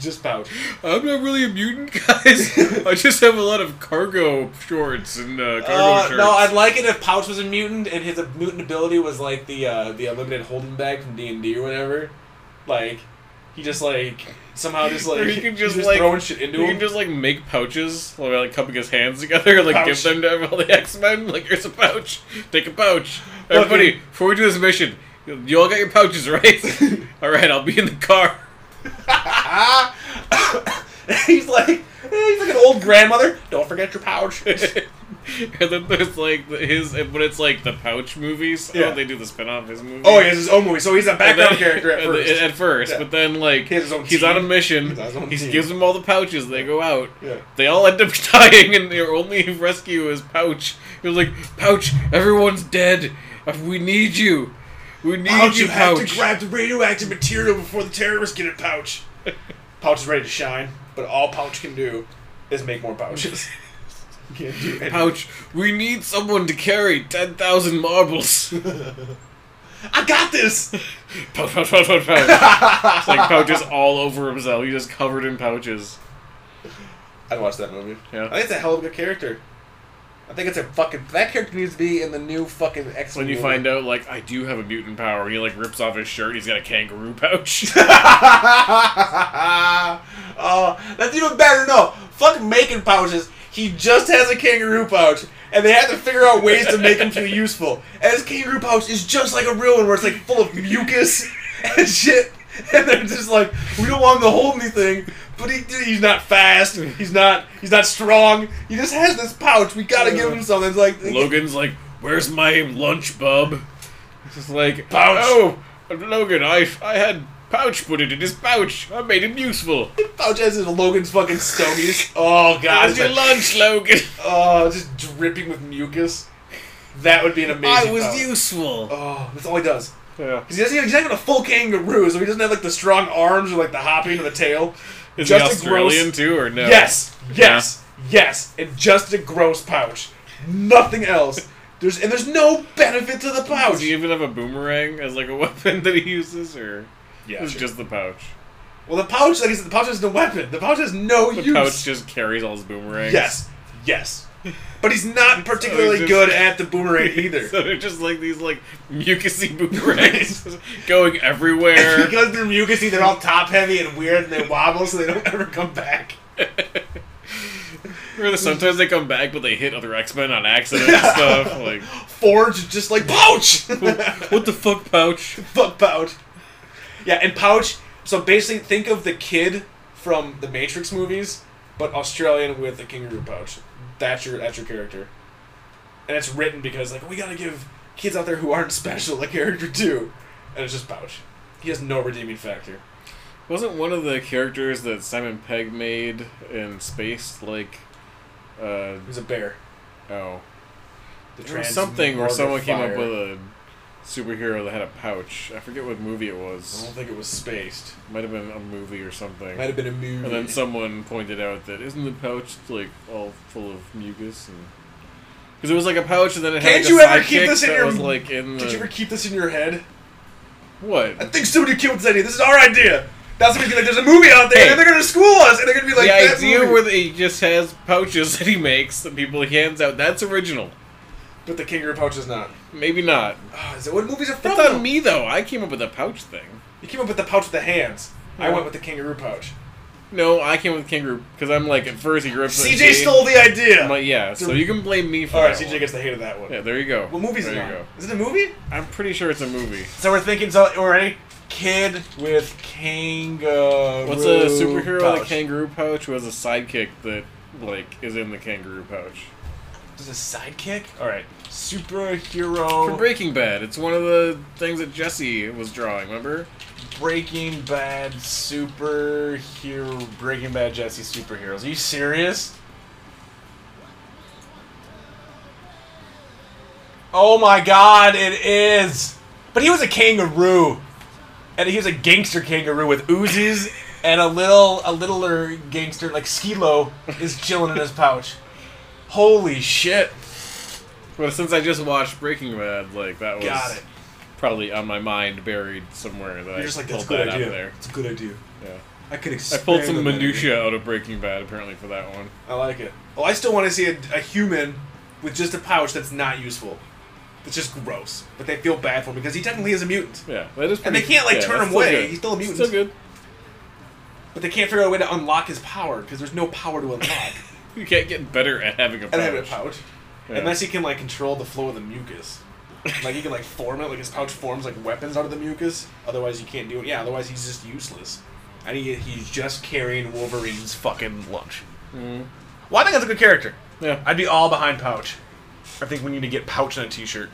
Speaker 5: just Pouch.
Speaker 6: I'm not really a mutant, (laughs) guys. I just have a lot of cargo shorts and uh, cargo
Speaker 5: Uh,
Speaker 6: shirts.
Speaker 5: no, I'd like it if Pouch was a mutant and his mutant ability was like the uh, the unlimited holding bag from D and D or whatever. Like he just like somehow just like
Speaker 6: (laughs) Or
Speaker 5: he
Speaker 6: you can
Speaker 5: just,
Speaker 6: just like
Speaker 5: throwing shit into
Speaker 6: you
Speaker 5: him.
Speaker 6: can just like make pouches by like cupping his hands together, like
Speaker 5: Pouch.
Speaker 6: give them to all the X Men. (laughs) Like here's a pouch, take a pouch. Everybody,
Speaker 5: Okay.
Speaker 6: before we do this mission, you you all got your
Speaker 5: (laughs)
Speaker 6: pouches, right? all right, I'll be in the car. (laughs)
Speaker 5: (laughs) he's like eh, he's like an old grandmother. Don't forget your pouch.
Speaker 6: and then there's like the- his, but it's like the pouch movies.
Speaker 5: Yeah.
Speaker 6: Oh, they do the spin off his movie.
Speaker 5: (laughs) oh, he has his own movie, so he's a
Speaker 6: (laughs) And
Speaker 5: background
Speaker 6: then-
Speaker 5: character at first.
Speaker 6: At first,
Speaker 5: Yeah.
Speaker 6: but then like
Speaker 5: He has his own
Speaker 6: he's
Speaker 5: team.
Speaker 6: on a mission.
Speaker 5: He's on his own
Speaker 6: He
Speaker 5: team.
Speaker 6: gives them all the pouches. They go out.
Speaker 5: Yeah.
Speaker 6: They all end up (laughs) dying, and their only rescue is Pouch. He was like, Pouch, everyone's dead. Uh, We need you. We need
Speaker 5: pouch, you
Speaker 6: you,
Speaker 5: have
Speaker 6: Pouch.
Speaker 5: to grab the radioactive material before the terrorists get it. (laughs) Pouch. pouch is ready to shine, but all Pouch can do is make more (laughs) pouches. Can't do anything.
Speaker 6: Pouch, we need someone to carry ten thousand
Speaker 5: (laughs)
Speaker 6: marbles.
Speaker 5: I got this.
Speaker 6: pouch, pouch, pouch, pouch, pouch. it's like pouches all over himself. He's just covered in pouches.
Speaker 5: I'd watch that movie.
Speaker 6: Yeah.
Speaker 5: I think it's a hell of a good character. I think it's a fucking that character needs to be in the new fucking X.
Speaker 6: When
Speaker 5: (laughs)
Speaker 6: you find out, like, I do have a mutant power, and he like rips off his shirt, he's got a kangaroo pouch. (laughs)
Speaker 5: oh, that's even better. No, fuck making pouches. He just has a kangaroo pouch, and they have to figure out ways to make him feel useful. And his kangaroo pouch is just like a real one, where it's like full of mucus (laughs) and shit. And they're just like, we don't want him to hold anything, but he, he's not fast. He's not. He's not strong. He just has this pouch. We gotta give him something. It's like
Speaker 6: Logan's like, "Where's my lunch, bub?" It's just like,
Speaker 5: Pouch.
Speaker 6: "Oh, Logan, I I had pouch put it in his pouch. I made him useful.
Speaker 5: Pouch has his Logan's fucking stogies. oh god,
Speaker 6: How's
Speaker 5: it's
Speaker 6: your
Speaker 5: like, (laughs)
Speaker 6: lunch, Logan?
Speaker 5: oh, just dripping with mucus. That would be an amazing.
Speaker 6: I was
Speaker 5: Pouch.
Speaker 6: useful."
Speaker 5: Oh, that's all he does.
Speaker 6: Yeah.
Speaker 5: 'Cause He doesn't, he's not even a full kangaroo, so he doesn't have like the strong arms or like the hopping or the tail.
Speaker 6: Is
Speaker 5: just
Speaker 6: he
Speaker 5: a gross-
Speaker 6: Australian too, or no?
Speaker 5: Yes, yes, yes, and just a gross pouch. Nothing else. There's and there's no benefit to the pouch.
Speaker 6: Does he even have a boomerang as like a (laughs) weapon that he uses, or
Speaker 5: Yeah,
Speaker 6: it's
Speaker 5: sure.
Speaker 6: just the pouch?
Speaker 5: well, the pouch, like I said, the pouch is the weapon. The pouch has no
Speaker 6: The
Speaker 5: use.
Speaker 6: pouch just carries all his boomerangs.
Speaker 5: yes, yes. But he's (laughs) not particularly
Speaker 6: just-
Speaker 5: good at the boomerang either.
Speaker 6: So they're just like these like mucusy boomerangs
Speaker 5: (laughs)
Speaker 6: (laughs) going everywhere.
Speaker 5: because they're mucusy, they're all top heavy and weird, and they wobble, so they don't ever come back.
Speaker 6: Or Sometimes they come back, but they hit other X Men on
Speaker 5: (laughs)
Speaker 6: accident and stuff. Like,
Speaker 5: Forge is just like (laughs) pouch.
Speaker 6: what the fuck, Pouch?
Speaker 5: Fuck Pouch. Yeah, and Pouch. So basically, think of the kid from the Matrix movies, but Australian with a kangaroo pouch. That's your that's your character, and it's written because like we gotta give kids out there who aren't special a character too, and it's just Pouch. He has no redeeming factor.
Speaker 6: Wasn't one of the characters that Simon Pegg made in Space like, uh,
Speaker 5: He's a bear.
Speaker 6: oh,
Speaker 5: The
Speaker 6: there was something where
Speaker 5: transmortar
Speaker 6: someone came up
Speaker 5: fire.
Speaker 6: with a superhero that had a pouch. I forget what movie it
Speaker 5: I don't
Speaker 6: was.
Speaker 5: think it was spaced.
Speaker 6: Might have been a movie or something.
Speaker 5: Might have been a movie.
Speaker 6: And then someone pointed out that isn't the pouch like all full of mucus and. Because it was like a pouch, and then it had
Speaker 5: Can't
Speaker 6: like, a
Speaker 5: you ever keep
Speaker 6: sidekick
Speaker 5: this in
Speaker 6: that
Speaker 5: your-
Speaker 6: was like in the
Speaker 5: Did you ever keep this in your head?
Speaker 6: what?
Speaker 5: I think somebody killed this idea. This is our idea. That's what he's gonna be like. There's a movie out there,
Speaker 6: Hey.
Speaker 5: and they're gonna school us, and they're gonna be like,
Speaker 6: the
Speaker 5: that
Speaker 6: idea
Speaker 5: movie.
Speaker 6: where he just has pouches (laughs) that he makes that people he hands out, that's original.
Speaker 5: But the kangaroo pouch is not.
Speaker 6: Maybe not.
Speaker 5: Ah, is it, what movies are from?
Speaker 6: That's
Speaker 5: though?
Speaker 6: on me, though. I came up with a pouch thing.
Speaker 5: You came up with the pouch with the hands. I
Speaker 6: Yeah.
Speaker 5: went with the kangaroo pouch.
Speaker 6: No, I came with kangaroo because I'm like at first he grips.
Speaker 5: CJ stole the idea.
Speaker 6: I'm like, yeah, so you can blame me for
Speaker 5: All right,
Speaker 6: that
Speaker 5: CJ
Speaker 6: one.
Speaker 5: gets the hate of that one.
Speaker 6: Yeah, there you go.
Speaker 5: What movie is
Speaker 6: there
Speaker 5: it?
Speaker 6: you
Speaker 5: on?
Speaker 6: go.
Speaker 5: Is it a movie?
Speaker 6: I'm pretty sure it's a movie.
Speaker 5: So we're thinking so already. Kid with kangaroo.
Speaker 6: What's a superhero with a
Speaker 5: pouch.
Speaker 6: kangaroo pouch who has a sidekick that like is in the kangaroo pouch?
Speaker 5: Is a sidekick? All right, superhero
Speaker 6: For Breaking Bad, it's one of the things that Jesse was drawing. Remember?
Speaker 5: Breaking Bad superhero Breaking Bad Jesse superheroes. Are you serious? Oh my god, it is. But he was a kangaroo. And he was a gangster kangaroo with oozes and a little a littler gangster like Skilo is chilling in his pouch. Holy shit.
Speaker 6: Well, since I just watched Breaking Bad, like that was
Speaker 5: Got it.
Speaker 6: probably on my mind, buried somewhere. That I
Speaker 5: You're just like that's a
Speaker 6: pulled
Speaker 5: good
Speaker 6: that out
Speaker 5: idea.
Speaker 6: of there.
Speaker 5: It's a good idea.
Speaker 6: Yeah.
Speaker 5: I could
Speaker 6: I pulled some
Speaker 5: expand on that idea.
Speaker 6: minutia out of Breaking Bad apparently for that one.
Speaker 5: I like it.
Speaker 8: Oh, I still want to see a, a human with just a pouch that's not useful. That's just gross. But they feel bad for him because he technically is a mutant.
Speaker 6: Yeah, that is.
Speaker 8: And they
Speaker 6: pretty-
Speaker 8: can't, like,
Speaker 6: yeah,
Speaker 8: turn
Speaker 6: that's
Speaker 8: him
Speaker 6: still
Speaker 8: away.
Speaker 6: good.
Speaker 8: He's still a mutant.
Speaker 6: Still good.
Speaker 8: But they can't figure out a way to unlock his power because there's no power to unlock.
Speaker 6: You can't get better at having a pouch.
Speaker 8: and having a pouch.
Speaker 6: Yeah.
Speaker 8: Unless he can like control the flow of the mucus. Like he can like form it, like his pouch forms like weapons out of the mucus. Otherwise you can't do it. Yeah, otherwise he's just useless. And he, he's just carrying Wolverine's fucking lunch. Mm-hmm.
Speaker 6: Mhm.
Speaker 8: Well, I think that's a good character.
Speaker 6: Yeah.
Speaker 8: I'd be all behind Pouch. I think we need to get Pouch in a t-shirt.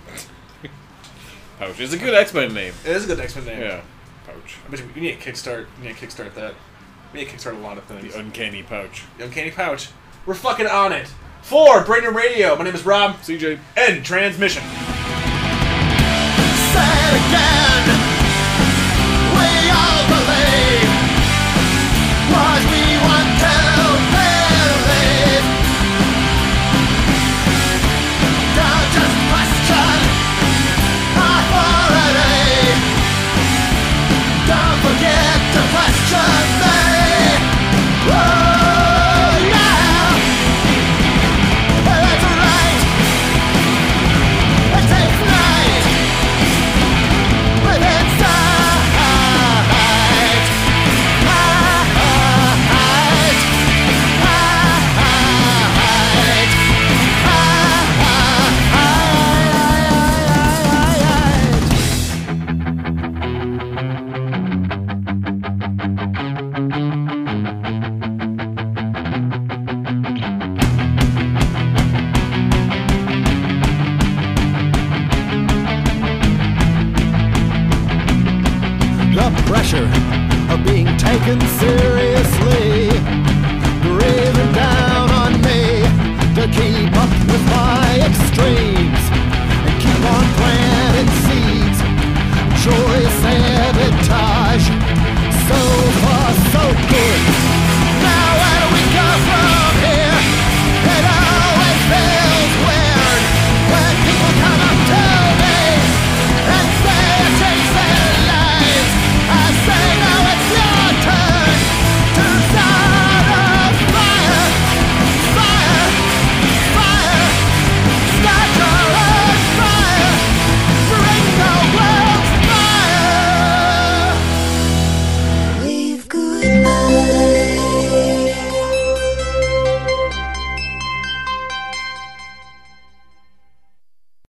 Speaker 6: pouch. It's a good X Men name.
Speaker 8: It is a good X-Men name.
Speaker 6: Yeah, pouch.
Speaker 8: But we need to kickstart. We need to kickstart that. We need to kickstart a lot of things.
Speaker 6: The uncanny pouch.
Speaker 8: The Uncanny Pouch. We're fucking on it. For Brainerd Radio, my name is Rob.
Speaker 6: CJ.
Speaker 8: End transmission.